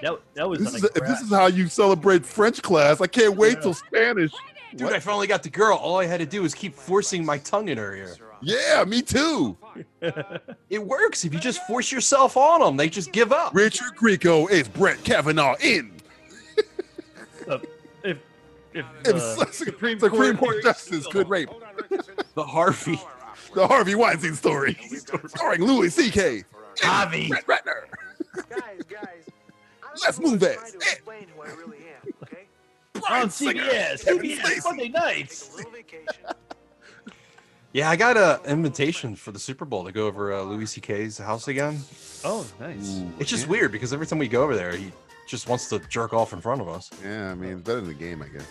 That that was
This is,
like
if this
rad.
is how you celebrate French class, I can't wait till Spanish.
Dude, I finally got the girl. All I had to do was keep forcing my tongue in her ear.
Yeah, me too.
It works if you just force yourself on them. They just give up.
Richard Grieco is Brett Kavanaugh in.
Uh, if if,
If
uh,
Supreme,
Court
Court,
hears
Justice could rape
The Harvey.
the Harvey Weinstein story, starring Louis C.K.
Harvey.
Brett Ratner.
guys, guys. I don't
Let's
know
move
if I'm
that.
trying to
Eh.
explain who I really am, okay?
Bryan
on
Singer,
CBS,
Kevin
CBS
Spacey.
Monday nights.
Take a little vacation.
Yeah, I got a invitation for the Super Bowl to go over uh, Louis C.K.'s house again.
Oh, nice.
It's just weird because every time we go over there, he just wants to jerk off in front of us.
Yeah, I mean, it's better than the game, I guess.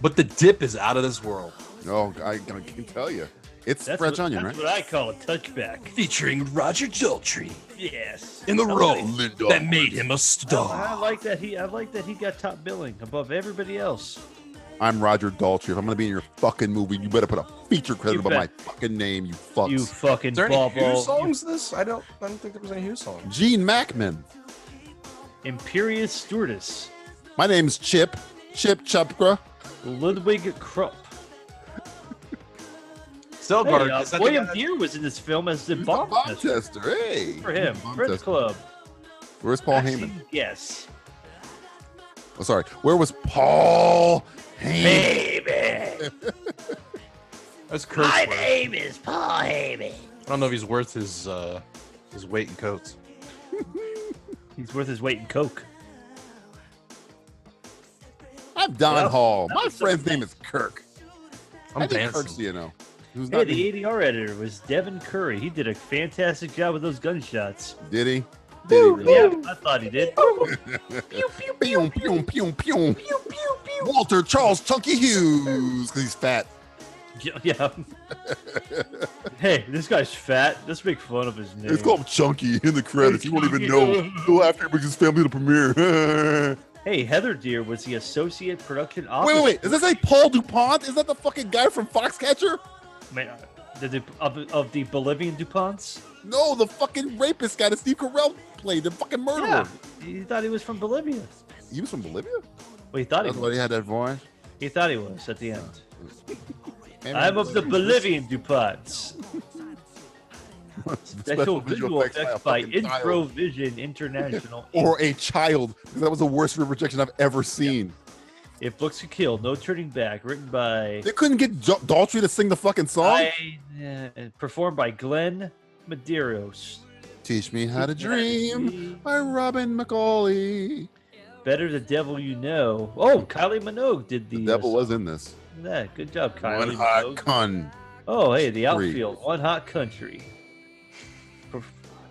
But the dip is out of this world.
No, I, I can tell you. It's
That's
French
what,
onion,
that's
right?
what I call a touchback.
Featuring Roger Daltrey
Yes.
in the role
Linda
that made him
I,
a
I
star.
like that he I like that he got top billing above everybody else.
I'm Roger Daltrey. If I'm gonna be in your fucking movie, you better put a feature credit
You
by my
bet.
fucking name, you fucks.
You fucking
Is there any Who songs this? I don't. I don't think there was any Who song.
Gene Mackman.
Imperious Stewardess.
My name's Chip. Chip Chupgra.
Ludwig Krupp.
Seldberg,
Hey, uh,
is that the
William
guy that-
Deere was in this film as the bomb
bomb
tester.
tester, hey.
Good For him.
Bomb
Friends
tester.
Club.
Where's Paul
Actually,
Heyman?
Yes.
Oh, sorry. Where was Paul Heyman?
Baby.
That's curse
My
word.
name is Paul Heyman.
I don't know if he's worth his uh, his weight in coats.
He's worth his weight in coke.
I'm Don
Well,
Hall.
that
My
was so
friend's name is Kirk.
I'm
I think
dancing.
Kirk's, you know. Who's
Hey,
not-
the ADR editor was Devin Curry. He did a fantastic job with those gunshots.
Did he?
Did he yeah, I thought he did.
Oh. Pew, pew, pew, pew. Walter Charles Chunky Hughes, 'cause he's fat.
Yeah. hey, this guy's fat. Let's make fun of his name.
It's called Chunky in the credits. You won't even know. Go after he brings his family to premiere.
Hey, Heather Deer was the associate production
wait,
officer.
wait, wait. Is that say Paul DuPont? Is that the fucking guy from Foxcatcher?
Man, uh, the, Du- of, of the Bolivian Duponts?
No, the fucking rapist guy that Steve Carell played, the fucking
Yeah.
murderer.
Oh, He thought he was from Bolivia.
He was from Bolivia?
Well, he thought he
That's why
was.
he had that voice.
He thought he was at the end. I'm of the Bolivian Duponts. Special visual effects by
fucking child.
Introvision International.
Or a child. 'cause That was the worst rejection I've ever seen.
If Looks to Kill, No Turning Back, written by.
They couldn't get jo- Daltrey to sing the fucking song.
I, uh, performed by Glenn Medeiros.
Teach me how to dream by Robin McCauley.
Better the Devil You Know. Oh, Kylie Minogue did the.
The devil was in this.
Yeah, good job, Kylie.
One hot
Minogue.
con.
Oh, hey, the
Three.
outfield, one hot country. Loud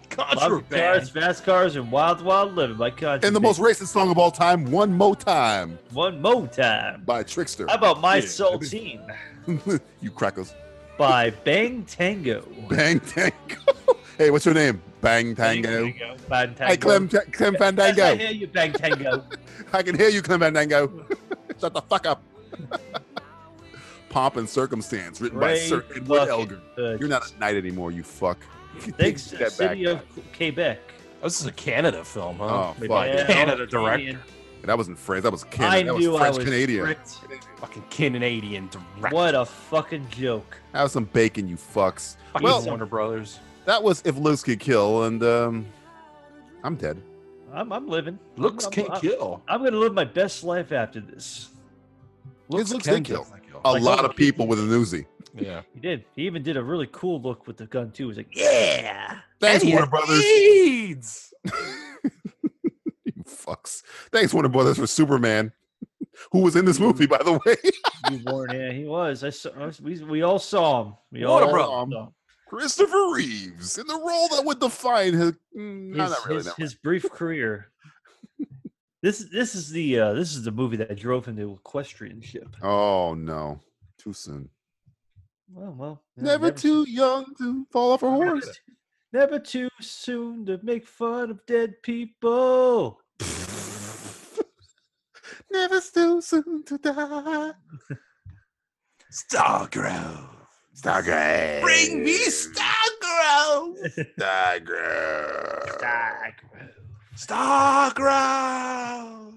cars,
Contraband.
fast cars, and wild, wild living by country.
And the most
Baby.
racist song of all time, One Mo Time
One more time.
by Trickster.
How about My
Yeah.
Soul Team
you crackers.
by Bang Tango?
Bang Tango. hey, what's your name? Bang Tango.
Bang Tango.
Hey, Clem, Ta- Clem Fandango.
Yes, I hear you, Bang Tango.
I can hear you, Clem Fandango. Shut the fuck up. Pomp and Circumstance, written by
Great
Sir Edward
fucking
Elgar.
good.
You're not a knight anymore, you fuck.
Thanks,
Take a step
City of Quebec.
Oh, this is a Canada film, huh?
Oh, fuck.
Canada director.
That wasn't French. That was Canada. that was French Canadian.
tricked.
Fucking Canadian director.
What a fucking joke.
Have some bacon, you fucks.
Fucking
well,
Warner Brothers.
that was if looks could kill, and um, I'm dead.
I'm, I'm living.
Looks
I'm-
can
I'm-
kill.
I'm gonna live my best life after this.
Looks, looks
can
could kill.
definitely kill.
A
Like,
lot
oh,
of people with an Uzi.
Yeah.
He did. He even did a really cool look with the gun too. He was like,
Yeah.
Thanks,
And he
Warner
had
Brothers.
AIDS.
You fucks. Thanks, Warner Brothers, for Superman, who was in this movie, by the way.
"You born? Yeah, he was. I saw. I was- we, we all saw him. We
What a
all
bro.
saw
um,
him.
Christopher Reeves in the role that would define his. mm,
His,
no, not really.
his,
no.
his brief career. This this is the uh, this is the movie that drove him to equestrianship.
Oh no, too soon.
Well, well, yeah,
Never, too young to fall off a
never,
horse.
too- never too soon to make fun of dead people.
Never too soon to die.
Stargrove.
Stargrave.
Bring me Stargrove.
Stargrave.
Stark.
Stargrove.